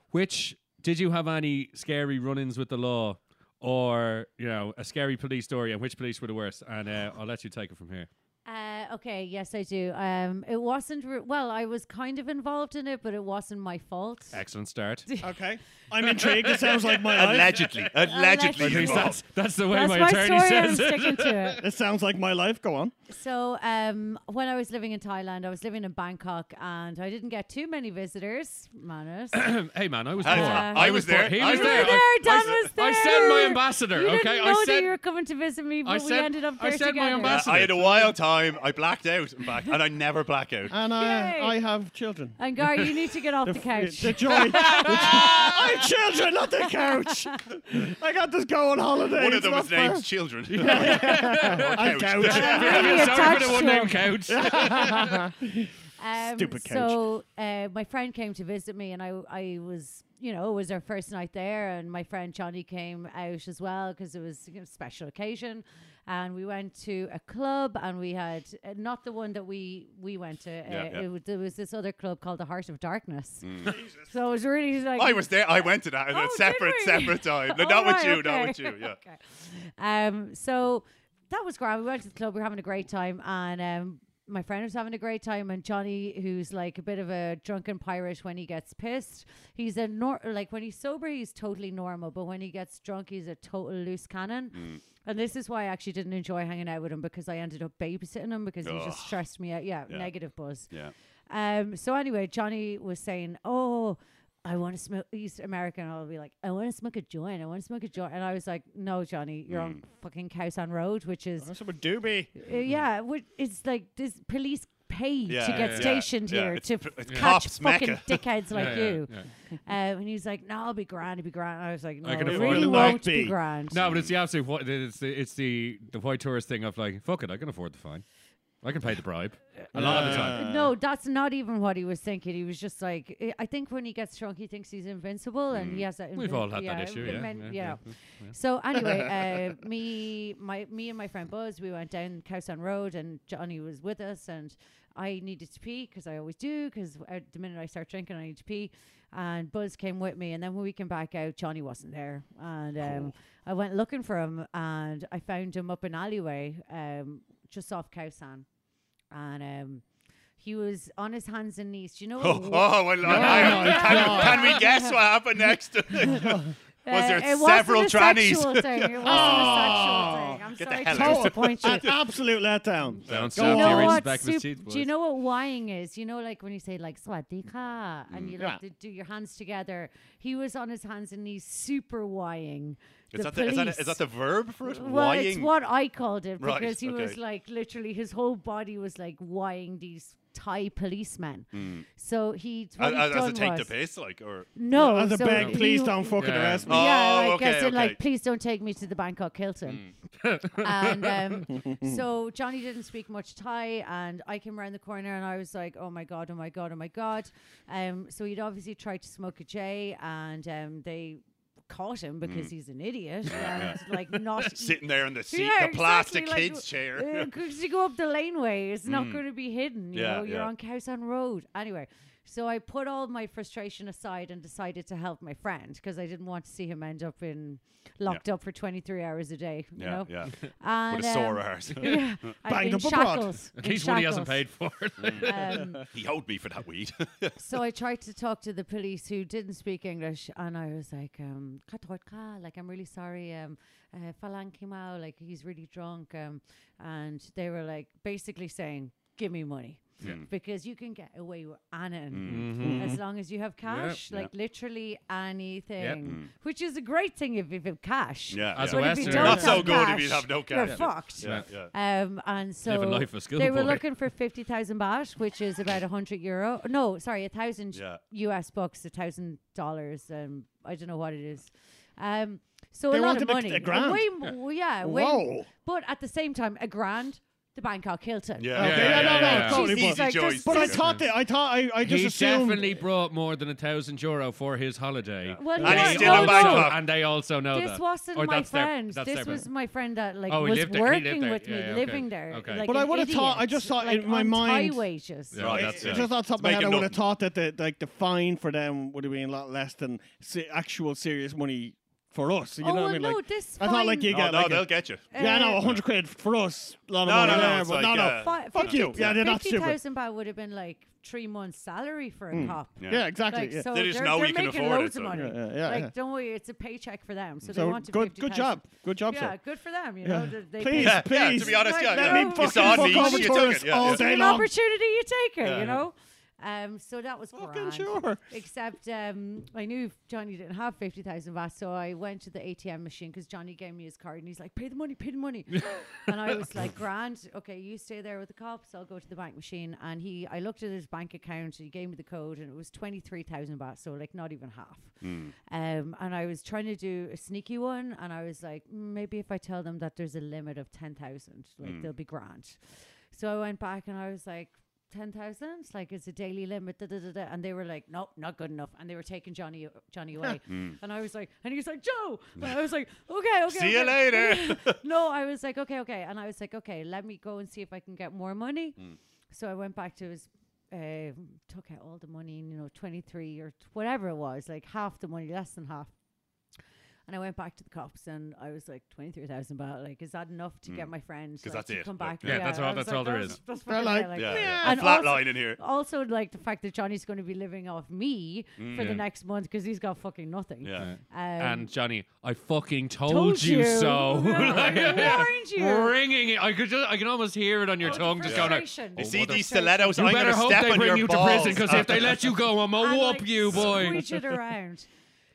D: which did you have any scary run-ins with the law? Or you know a scary police story, and which police were the worst? And uh, I'll let you take it from here.
E: Uh, okay, yes, I do. Um, it wasn't re- well. I was kind of involved in it, but it wasn't my fault.
D: Excellent start.
C: Okay. I'm intrigued. It sounds
B: *laughs*
C: like my life.
B: allegedly. allegedly.
E: *laughs* Allegedly.
B: involved.
D: That's, that's the way
E: That's
D: my,
E: my
D: attorney
E: story. I'm
D: says it.
E: sticking
D: *laughs*
E: to it.
C: It sounds like my life. Go on.
E: So, um, when I was living in Thailand, I was living in Bangkok, and I didn't get too many visitors. Manus, you
D: *clears throat* hey man, *coughs* I was
B: I-
D: poor.
E: I
D: I
B: was
D: poor.
B: there.
D: He
B: I
E: were
D: was
B: was
D: there.
E: there.
D: I,
E: Dan
B: I-
E: was there.
D: I sent my
E: You
D: ambassador.
E: didn't
D: okay,
E: know
D: I
E: that
D: sent.
E: you were coming to visit me, but
D: I
E: we
D: sent-
E: ended up
D: I
E: there
D: sent my
E: together.
B: Uh,
D: ambassador.
B: I had a wild time. I blacked out, in fact, and I never black out.
C: And I,
E: Yay.
C: I have children.
E: And Gar, you need to get off
C: *laughs*
E: the, couch.
C: The
E: *laughs*
C: joy. the jo- I have children, not the couch. I got this go on holiday.
B: One of
C: It's
B: them
C: not
B: was named
C: *laughs*
B: Children. Or *laughs*
C: fair.
B: couch.
C: A couch.
D: *laughs*
E: really
D: Sorry for
E: attached
D: the
E: to
D: one
E: him.
D: name couch.
E: Um,
C: Stupid couch.
E: So uh, my friend came to visit me, and I I was you know it was our first night there, and my friend Johnny came out as well because it was you know, a special occasion, and we went to a club, and we had uh, not the one that we we went to. Uh,
B: Yeah, yeah.
E: It was, there was this other club called the Heart of Darkness. so it was really like
B: I was there. I went to that at
E: Oh,
B: a
E: did
B: separate,
E: we?
B: separate time.
E: *laughs*
B: No,
E: Oh,
B: not with
E: right,
B: you,
E: okay.
B: not with you. Yeah.
E: *laughs* okay. Um, so that was grand. We went to the club. We were having a great time, and um, my friend was having a great time. And Johnny, who's like a bit of a drunken pirate when he gets pissed, he's a nor- like when he's sober, he's totally normal, but when he gets drunk, he's a total loose cannon.
B: Mm.
E: And this is why I actually didn't enjoy hanging out with him because I ended up babysitting him because he
B: Ugh.
E: just stressed me out. Yeah,
B: Yeah.
E: negative buzz.
B: Yeah.
E: Um, so anyway, Johnny was saying, "Oh, I want to smoke." He's American. I'll be like, "I want to smoke a joint. I want to smoke a joint." And I was like, "No, Johnny, you're
B: Mm.
E: on fucking Cowson Road, which is
C: That's a doobie.
E: uh, yeah, which, it's like this police pay
B: Yeah,
E: to get
B: yeah,
E: stationed
B: yeah.
E: here
B: It's
E: to
B: pr- it's
E: catch
B: cops
E: fucking
B: mecca.
E: *laughs* dickheads like
D: Yeah, yeah,
E: you."
D: yeah.
E: Uh, and he's like, "No, I'll be grand. I'll be grand." I was like, "No,
D: I can
E: it
D: afford
E: really
D: it."
E: won't
C: Might
E: be
C: be.
E: grand."
D: No, but it's the absolute. whi- It's the it's the the white tourist thing of like, fuck it, I can afford the fine. I can pay the bribe. A lot of the time.
E: no, that's not even what he was thinking. He was just like, I- I think when he gets drunk, he thinks he's invincible, and he has that.
D: Mm. We've
E: invin-
D: all had that issue, yeah,
E: men-
D: yeah,
E: you
D: yeah,
E: know. So
D: *laughs*
E: anyway, uh, me, my, me and my friend Buzz, we went down Cowson Road, and Johnny was with us, and I needed to pee because I always do. Because the minute I start drinking, I need to pee. And Buzz came with me, and then when we came back out, Johnny wasn't there, and um, I went looking for him, and I found him up an alleyway, um, just off Cowson, and. Um, he was on his hands and knees. Do you
B: *laughs*
E: know what?
B: Oh,
E: a
B: *laughs* oh,
E: wa-
B: well, I-
C: my
B: can,
C: God.
B: can we guess what
C: *laughs*
B: happened next? *laughs* Was there
E: uh, it
B: several
E: wasn't a
B: trannies?
E: sexual thing. It
B: *laughs*
E: wasn't a sexual thing. I'm
B: Get the
E: sorry
B: hell
E: to
B: out.
E: disappoint you.
C: An absolute letdown.
D: Don't
E: Do
D: stop
E: you
D: the
E: know
D: orange
E: what?
D: back of his
E: sup-
D: teeth,
E: do you
D: boys. *laughs*
E: know what whying is? You know, like when you say like swadika
B: Mm,
E: and you like
C: Yeah.
E: to do your hands together. He was on his hands and knees, super whying.
B: Is
E: the
B: that the, is, that
E: police.
B: is that the verb for it?
E: *laughs* Well,
B: Whying?
E: it's what I called it because
B: Right,
E: he was
B: okay.
E: like literally his whole body was like whying these Thai policemen. So he
B: As,
E: what he'd
B: as, as Mm. a
E: done
B: take
E: was,
B: the piss, like, or
E: No,
C: As a
E: so
C: beg,
E: he-
C: please don't fucking
D: Yeah.
C: arrest me.
B: Oh,
E: yeah, I
B: okay,
E: guess it,
B: okay. Hmm.
E: like, please don't take me to the Bangkok Hilton. and
B: *laughs*
E: um, so Johnny didn't speak much Thai, and I came around the corner and I was like, oh my God, oh my God, oh my God. Um, so he'd obviously tried to smoke a J, and um, they caught him because
B: Hmm.
E: he's an
B: *laughs*
E: idiot and like not
B: Sitting there in the seat,
E: Yeah,
B: the plastic
E: exactly, like, uh,
B: kids *laughs*
C: *laughs*
B: chair. Mm.
E: Because you go up the laneway, it's not going to be hidden. You
B: Yeah,
E: know, you're
B: yeah.
E: on Cowson Road. Anyway, so I put all my frustration aside and decided to help my friend because I didn't want to see him end up in locked up for 23 hours a day. You
B: yeah,
E: know,
B: yeah.
E: And,
B: With a sore
E: um,
B: arse.
E: *laughs*
B: *laughs*
E: yeah, and
C: Banged
E: in
C: up abroad.
E: shackles.
D: At
E: in
D: least one he hasn't
E: shackles.
D: paid for it.
E: Um,
B: he owed me for that weed. *laughs*
E: so I tried to talk to the police who didn't speak English, and I was like, um, "Catholic Ca, like I'm really sorry, um, uh, Falan came out, like he's really drunk, um, and they were like basically saying, give me money.
B: Hmm.
E: Because you can get away with anything as long as you have cash, like literally anything, which is a great thing if you have cash.
B: Yeah,
D: As
B: yeah.
D: a
E: But if you
D: Westerner.
E: don't
B: Not Hmm. so
E: have
B: good if
E: cash,
B: you have no
E: You're
B: cash.
E: fucked.
B: yeah, yeah.
E: Um, and so
D: Living life of school
E: they were
D: boy.
E: looking for 50,000 baht, which is about 100 euro. No, sorry, a thousand
B: Yeah.
E: US bucks, a thousand dollars. Um, I don't know what it is. Um, so
C: They
E: a lot of
C: wanted a-
E: money.
C: a grand.
E: Way mo-
D: *laughs*
E: well, yeah. way-
C: Whoa.
E: but at the same time, a grand to Bangkok Hilton.
B: Yeah,
C: Okay, yeah, no, no,
E: Jesus,
C: totally.
B: Easy
C: But,
E: like,
B: choice.
E: there's-
C: but I
B: *laughs*
E: there's-
C: thought that I thought I, I just
D: he
C: assumed.
D: definitely brought more than a thousand euro for his holiday.
E: Well,
D: And
E: no,
D: they
B: he's still
D: also-
B: in Bangkok.
D: And they also know
E: This
D: that.
E: wasn't
D: Or
E: my
D: that's their-
E: friend.
D: that's
E: this
D: their
E: was
D: friend.
E: my friend that like
D: Oh, he
E: was
D: lived there- he lived
E: working
D: there.
E: with
D: Yeah,
E: me,
D: yeah, okay.
E: living there.
D: Okay.
E: Like
C: But
E: an
C: I would've thought- I
E: idiot,
C: just thought
E: like
C: in my
E: on
C: mind-
E: Thai wages.
D: Yeah.
B: Right,
C: I-
B: that's
C: I
B: it.
C: just off the top of
B: It's
C: my head,
B: making
C: I would have
B: nothing.
C: thought that the like the fine for them would have been a lot less than se- actual serious money for us. You
E: oh
C: know
E: well,
C: what I mean?
E: no,
C: Like,
E: this.
C: I thought like
E: fine-
C: you
B: Oh, No,
C: get
B: no,
C: like
B: they'll
C: a,
B: get you.
C: yeah,
E: Uh,
C: no, hundred quid for us, a lot of
B: No,
C: money
B: no, no,
C: there,
B: it's
C: but
B: like,
C: no, no,
B: uh,
E: Fi-
C: Fuck you. Yeah, they're not stupid. Hmm.
E: 50,000 baht would have been like three months' salary for a cop.
B: Yeah.
C: yeah, exactly.
E: Like,
C: yeah.
E: so
B: They just
E: are
B: know
E: they're
B: you can
E: making
B: afford it,
E: loads
B: so-
E: of money.
C: Yeah, yeah, yeah,
E: like,
C: yeah.
E: don't worry, it's a paycheck for them. So, they
C: So
E: wanted
C: good, good
E: 50,000.
C: job, good job,
E: Yeah,
C: sir.
E: good for them. You
C: Yeah.
E: know, that they
C: Please,
E: paid-
B: Yeah, yeah, to
C: please.
B: be honest, yeah,
E: Let
B: yeah.
E: me
B: You
E: fucking
B: saw
E: fuck
B: Niche, you
E: over to
B: took
C: us
B: it, yeah,
C: all
B: yeah.
E: It's
C: day
E: an
C: long.
E: opportunity you take her,
B: Yeah.
E: you know. Um, so that was
C: Fucking
E: grand.
C: sure.
E: Except um, I knew Johnny didn't have fifty thousand baht, so I went to the ATM machine because Johnny gave me his card, and he's like, "Pay the money, pay
C: *laughs*
E: the money," and I was like, "Grand, okay, you stay there with the cops. I'll go to the bank machine." And he, I looked at his bank account, and he gave me the code, and it was twenty three thousand baht, so like not even half.
C: Hmm.
E: Um, and I was trying to do a sneaky one, and I was like, "Mm, maybe if I tell them that there's a limit of ten thousand, like
C: Hmm.
E: they'll be grand. So I went back and I was like, 10,000? Like, it's a daily limit. Da, da, da, da. And they were like, no, not good enough. And they were taking Johnny
B: *laughs*
E: Johnny away. and I was like, and he's like, Joe. And I was like, okay, okay.
B: Hmm. See you
E: *laughs* okay."
B: later.
E: no, I was like, okay, okay. And I was like, okay, let me go and see if I can get more money.
D: Mm.
E: So I went back to his, uh, took out all the money, you know, 23 or t- whatever it was, like half the money, less than half. And I went back to the cops and I was like, 23,000 baht. Like, is that enough to get my friend
B: 'Cause
E: like,
B: that's
E: to
B: it.
E: come
B: Like,
E: back?
D: yeah, Mm. that's
E: I
D: all-
E: was
D: that's
E: like,
D: all there is.
E: That's
C: They're
E: fucking
C: like-
E: it, like,
B: Yeah,
C: Yeah.
B: yeah.
E: And
B: A flat
E: also-
B: line in here.
E: also like the fact that Johnny's going to be living off me for the next month because he's got fucking nothing.
B: Yeah.
E: Um,
D: Mm. and Johnny, I fucking told,
E: told
D: you, so. *laughs*
E: Yeah,
D: Like, *laughs*
E: *laughs* I warned you.
D: Ringing it, I could just, I can almost hear it on your
E: Oh, the
D: tongue, just going like,
E: frustration.
B: You
E: Oh,
B: see
E: what a-
B: these stilettos?
D: "You
B: I'm
D: better
B: gonna
D: hope
B: step
D: they
B: on
D: bring
B: your
D: you
B: balls.
D: to prison because if they let you go,
E: *laughs*
D: I'm
E: And,
D: gonna whoop
E: like,
D: you, boy."
E: Screech it around.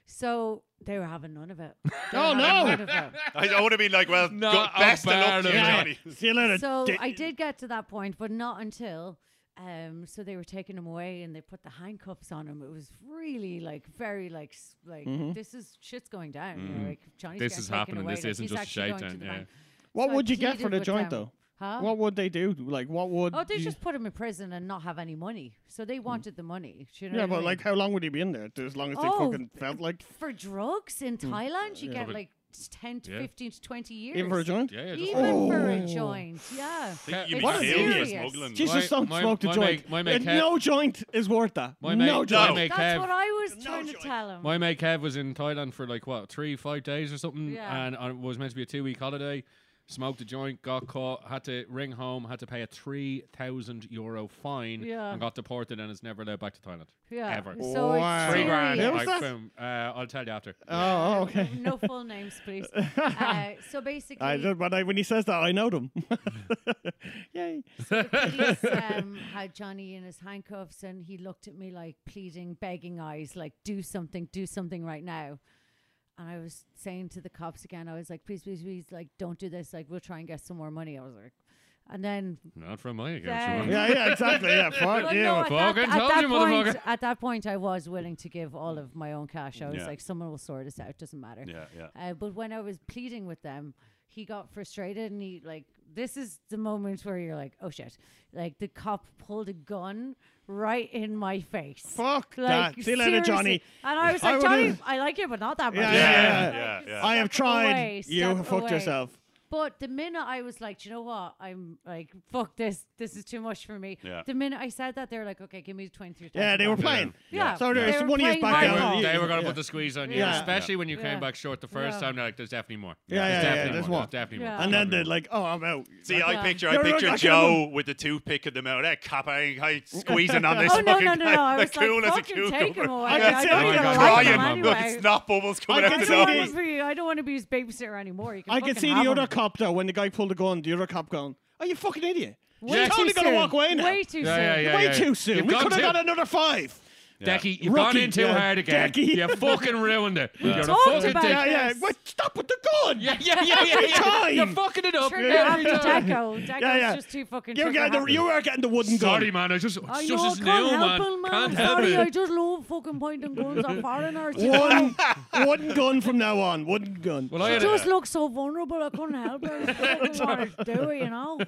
E: So they were having none
D: *laughs*
E: of it.
C: Oh, no.
B: I, I would have been like, well,
D: No,
B: go-
D: I'll
B: best of luck to
D: barely-
B: you,
D: Yeah.
B: Johnny.
C: See you later.
E: so
C: dick.
E: I did get to that point, but not until. Um, so they were taking him away, and they put the handcuffs on him. It was really like very like s- like this is shit's going down. you know, like
D: Mm-hmm.
E: Johnny's
D: This
E: getting
D: is
E: taken
D: happening.
E: away,
D: This
E: like,
D: isn't
E: he's
D: just a
E: actually going to
D: shakedown,
E: the
D: yeah.
E: bank.
C: What
E: So I
C: would you get for
E: pleaded
C: the
E: with
C: joint
E: them.
C: though?
E: Huh?
C: What would they do? Like, what would?
E: Oh, they
C: you-
E: just put him in prison and not have any money. So they wanted the money. do You know
C: yeah,
E: what I
C: but
E: mean?
C: like, how long would he be in there? As long as they
E: Oh,
C: fucking felt like,
E: for drugs in
C: Hmm.
E: Thailand, you get
D: Probably-
E: like ten to
D: Yeah.
E: fifteen to twenty years.
C: even for a joint.
D: *laughs* yeah, yeah, just
E: Even for a
C: Oh.
E: joint, yeah.
B: Think you
E: It's
B: mean
C: serious.
B: serious smuggling?
C: Jesus,
D: My-
C: don't
D: my-
C: smoke the
D: my
C: joint.
D: mate- my mate
C: Uh,
D: Kev-
C: no joint is worth that.
D: My mate,
C: no
D: my
C: joint.
D: mate
E: That's
D: Kev-
E: what I was
C: No
E: trying to
C: joint.
E: tell him.
D: My mate Kev was in Thailand for like what three, five days or something,
E: Yeah.
D: and it was meant to be a two week holiday. Smoked a joint, got caught, had to ring home, had to pay a three thousand euro fine,
E: Yeah.
D: and got deported, and is never allowed back to Thailand.
E: yeah.
D: ever.
E: So
C: Wow.
E: it's
D: Three grand.
C: Where
E: serious.
C: was
D: I
C: that?
D: found- uh, I'll tell you after.
C: *laughs* Oh, okay.
E: No full names,
C: *laughs*
E: please. Uh, so basically,
C: I, don't- but I, when he says that, I know them. *laughs* Yay.
E: the police um, had Johnny in his handcuffs, and he looked at me like pleading, begging eyes, like "Do something, do something right now." And I was saying to the cops again, I was like, "Please, please, please, like, don't do this. Like, we'll try and get some more money." I was like, and then
D: Not from my account.
E: Yeah.
D: you won't.
C: Yeah,
E: *laughs*
C: yeah, exactly. Yeah, fuck
E: Well,
C: you.
E: no, at that,
D: Fucking
E: at
D: told
E: that
D: you,
E: point,
D: motherfucker.
E: at that point, I was willing to give all of my own cash. I was
B: Yeah.
E: like, someone will sort us out. Doesn't matter.
B: Yeah, yeah.
E: Uh, but when I was pleading with them, he got frustrated and he like this is the moment where you're like, oh shit. Like the cop pulled a gun right in my face.
C: Fuck that. See you later,
E: seriously.
C: Johnny.
E: And I was
C: I
E: like,
C: would've-
E: Johnny, I like you, but not that much.
C: Yeah,
B: Yeah,
C: yeah,
B: yeah,
E: Like,
B: yeah. yeah.
C: I have
E: step
C: tried.
E: away,
C: you
E: step
C: have fucked
E: away.
C: yourself.
E: But the minute I was like, "Do you know what, I'm like, fuck this, this is too much for me.
B: Yeah.
E: The minute I said that, they were like, okay, give me 23.
C: Yeah, they were playing.
E: Yeah.
C: So
E: They
C: there's
E: were
C: one of you
E: playing
C: back
E: my
D: They
C: down.
E: Yeah.
D: were,
E: role.
C: Yeah.
D: they were going to
C: Yeah.
D: put the squeeze on you,
C: Yeah.
D: especially when you came
E: Yeah.
D: back short the first
E: Yeah.
D: time. They're like, there's definitely more.
C: Yeah, yeah,
D: there's
C: yeah,
D: definitely
C: there's
D: more.
C: more.
D: There's definitely
E: Yeah.
D: more.
C: And then they're
D: Definitely
C: like, oh, I'm out.
B: See, I
E: Yeah.
B: picture,
C: You're
B: I
C: right,
B: picture
C: I killed
B: Joe with the toothpick in the mouth. That cop, I ain't, I ain't squeezing on this
E: Oh, no,
B: fucking
E: no, no, no. I
B: guy.
E: was
B: cool as
E: like,
B: a
E: fucking take him
B: cucumber.
E: away.
C: I
E: I,
C: can see
E: don't
C: him
E: even
C: crying.
E: like him
B: Crying. Look,
E: anyway.
B: it's not bubbles coming
C: I
B: out
C: can
B: his
E: I don't,
C: see
B: nose.
E: want
C: this.
E: to be, I don't want to be his babysitter anymore. You can
C: I could
E: fucking
C: see
E: have
C: the other
E: him.
C: cop though when the guy pulled the gun. The other cop going, "Are you fucking idiot?
E: Way
D: Yeah.
E: too
C: Totally gonna
E: soon.
C: walk away now.
E: Way too
D: Yeah,
E: soon.
D: yeah, yeah.
C: Way too soon.
D: You've
C: we
D: gone
C: could have
D: too-
C: got another five.
D: Decky, you've
C: Rookie,
D: gone in too
C: yeah.
D: hard again.
C: Decky.
D: You fucking ruined it. You're
E: Talked
D: a fucking
E: about
D: dick.
E: it.
C: Yeah, yeah.
E: Yes.
C: Wait, stop with the gun.
D: Yeah, yeah, yeah, yeah.
C: Every
D: yeah.
C: time.
D: You're fucking it up.
E: Turn
D: Yeah.
E: down the Deco. Deco's
C: Yeah, yeah.
E: just too fucking
C: You
E: took
C: got
E: a
C: the,
E: hand.
C: you are getting the wooden gun.
D: Sorry, man. I just, it's
E: I know,
D: just
E: I
D: as
E: can't
D: new,
E: help
D: man.
E: it, man.
D: Can't help
E: Sorry, I
D: it.
E: just love fucking pointing guns at foreigners. you know?
C: One wooden gun from now on. Wooden gun.
D: Well, I
E: She
D: had
E: just
D: a,
E: looks so vulnerable. I couldn't help her. I just wanted to do it, you know.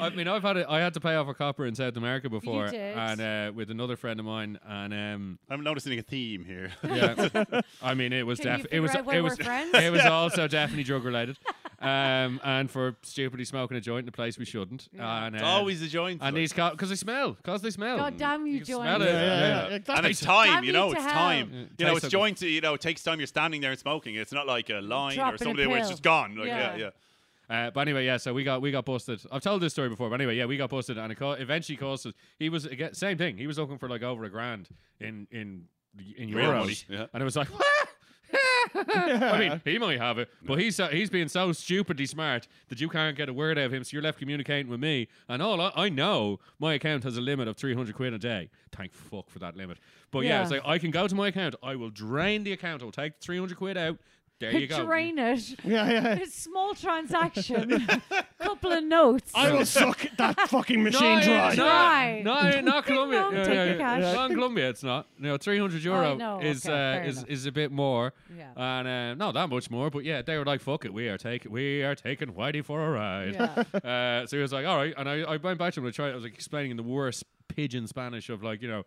D: I mean, I've had a, I had to pay off a copper in South America before,
E: did.
D: and uh, with another friend of mine, and um,
B: I'm noticing a theme here.
D: yeah,
E: *laughs*
D: *laughs* I mean, it was
E: Can you
D: def- it was
E: figure out why
D: it
E: we're
D: was
E: friends?
D: it
E: *laughs*
D: was also definitely drug related, um, and for stupidly smoking a joint in a place we shouldn't,
E: Yeah.
D: and
B: It's
D: uh,
B: always the joint.
D: and these because they smell, because they smell.
E: God damn you,
D: can
E: joint.
D: smell it.
E: Yeah,
C: yeah, yeah.
B: and
C: exactly.
B: it's time,
E: Damn
B: you
E: you
B: know,
E: to
B: it's
E: hell.
B: time.
E: Yeah,
B: You know,
D: tastes
B: it's
D: like-
B: joints, you know, it takes time. You're standing there and smoking. It's not like a line
E: Dropping
B: or
E: a
B: something where it's
E: pill.
B: just gone. Like,
E: Yeah.
B: yeah, yeah.
D: Uh, but anyway, yeah. So we got we got busted. I've told this story before, but anyway, yeah, we got busted, and it co- eventually cost us. He was again, same thing. He was looking for like over a grand in in in
B: Real money,
D: euros,
B: yeah.
D: and it was like. I mean, he might have it, but he's so he's being so stupidly smart that you can't get a word out of him. So you're left communicating with me, and all I, I know, my account has a limit of 300 quid a day. Thank fuck for that limit. But yeah, it's
E: Yeah.
D: like I can go to my account. I will drain the account. I will take 300 quid out. There you go.
E: *laughs* Drain it.
C: Yeah, yeah.
E: It's small transaction. Couple of notes.
C: I will suck that fucking machine dry.
E: no. Dry.
D: No,
E: *laughs*
D: no, not Colombia.
E: Ding dong,
D: Yeah,
E: take
D: yeah,
E: your
D: yeah.
E: cash. Oh,
D: Not in Colombia, it's not. You know, 300 euro
E: no,
D: is,
E: okay, fair
D: uh, is,
E: enough.
D: is a bit more.
E: Yeah.
D: And uh, not that much more, but yeah, they were like, fuck it, we are, take, we are taking Whitey for a ride.
E: Yeah.
D: *laughs* Uh, so he was like, all right. And I, I went back to him to try I was like, explaining in the worst pigeon Spanish of like, you know,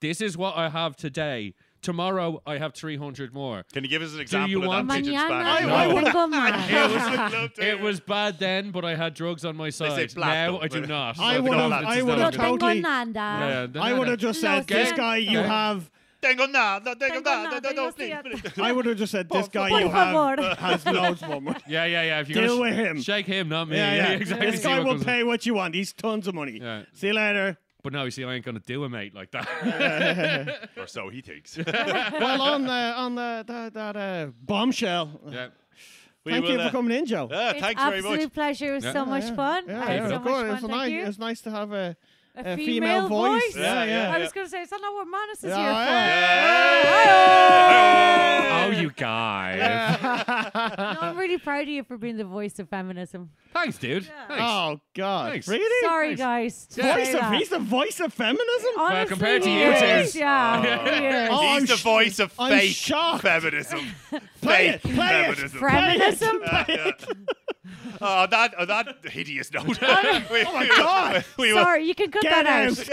D: this is what I have today. Tomorrow, I have 300 more.
B: Can you give us an example
D: you
B: of
D: want-
B: that pigeon
E: Mañana
B: Spanish?
C: No. I
B: *laughs*
E: no *laughs*
C: would-
E: tengo más.
B: I would love to
D: It
B: hear
D: was bad then, but I had drugs on my side.
B: say
D: Now
B: plato,
D: I do
B: but-
D: not.
C: *laughs* I
D: So
C: would
D: the
C: have.
D: balance
C: I
D: is
C: would
E: No
D: now
C: have
D: different.
E: tengo
C: totally.
E: nada.
D: Yeah,
C: I would have just said,
E: No,
C: "This
E: yeah.
C: guy you
D: Yeah.
C: have."
B: Tengo nada, tengo
E: Tengo
B: nada,
E: nada,
B: no, no,
E: yo
B: please,
E: estoy
B: please.
C: I would have just said, "This guy
E: Por
C: you have
E: favor.
C: has loads more money."
D: *laughs* Yeah, yeah, yeah. If you're
C: Deal
D: gonna
C: with him.
D: Shake him, not me.
C: Yeah, yeah.
D: *laughs* exactly.
C: This
D: See
C: guy
D: what
C: will
D: comes-
C: pay what you want. He's tons of money.
D: Yeah.
C: See you later.
D: But no, you see, I ain't gonna do a mate like that.
B: *laughs*
C: *laughs*
B: Or so he thinks.
C: well, on the on the that, that uh, bombshell.
D: yeah.
B: We
C: Thank you
B: will,
C: for
B: uh,
C: coming in, Joe.
B: Yeah, *laughs*
E: It's
B: thanks very
E: absolute
B: much.
E: pleasure. It was
D: Yeah.
E: so much fun.
C: yeah,
E: I had
C: yeah,
E: so
C: of course.
E: much
C: It's
E: fun.
C: nice.
E: Thank you.
C: It's nice to have a,
E: A
C: a
E: female
C: voice.
E: voice.
C: Yeah, yeah.
E: I was going to say, it's not what Manus is
C: Yeah,
E: here
C: yeah.
B: Yeah.
D: Oh, you guys.
E: for. No, I'm really proud of you for being the voice of feminism.
D: Thanks, dude.
E: Yeah.
D: Thanks.
C: Oh God!
D: Thanks.
C: Really?
E: Sorry,
C: Thanks.
E: guys. to say
C: Voice of,
E: that.
C: he's the voice of feminism.
E: Honestly,
D: compared to
E: he
D: you two.
E: is, Yeah.
C: *laughs* Oh,
B: He's
C: I'm
B: the
C: sh-
B: voice of
C: I'm
B: fake
C: shocked.
B: feminism.
C: Play it,
B: fake
C: play it.
B: feminism.
C: *laughs*
E: Feminism?
B: Oh, that, oh, that hideous note. *laughs* oh my
C: God.
B: We will,
E: Sorry, you can cut
C: Get
E: that out.
C: out!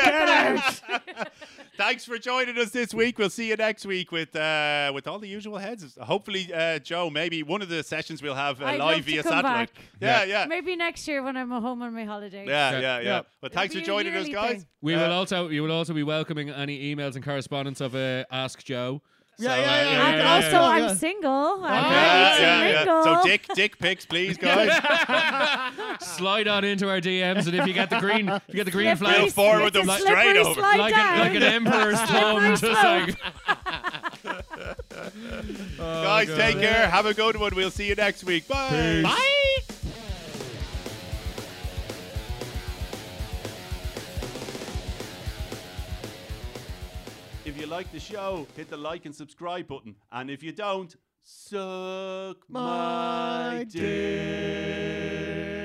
C: Get out!
B: thanks for joining us this week. We'll see you next week with uh, with all the usual heads. Hopefully, uh, Joe, maybe one of the sessions we'll have uh, live
E: I'd love to
B: via
E: come
B: satellite.
E: back.
B: Yeah, yeah.
E: Maybe next year when I'm home on my holiday.
B: Yeah, yeah,
C: Yeah.
B: yeah. Well, thanks
E: be
B: for
E: a
B: joining us,
E: yearly
B: guys.
E: thing.
D: We
C: uh,
D: will also you will also be welcoming any emails and correspondence of uh, Ask Joe.
C: Yeah,
D: So,
C: yeah,
D: uh,
C: yeah,
E: And
C: yeah,
E: also,
C: yeah,
E: I'm
C: yeah.
E: single.
B: Yeah,
E: I'm
B: yeah, yeah,
E: ready to
B: yeah.
E: mingle.
B: So dick, dick pics,
E: *laughs*
B: please, guys.
D: Slide on into our DMs, and if you get the green, if you get the green
E: Slippery
D: flag,
E: s-
B: forward
E: it's
B: them
E: a
B: straight
E: slippery
B: over.
E: slide
D: like,
E: down.
D: a, like an emperor's throne, just like.
B: guys, take care. Have a good one. We'll see you next week. Bye.
C: Bye.
B: If you like the show, hit the like and subscribe button. And if you don't, suck my,
C: My
B: dick.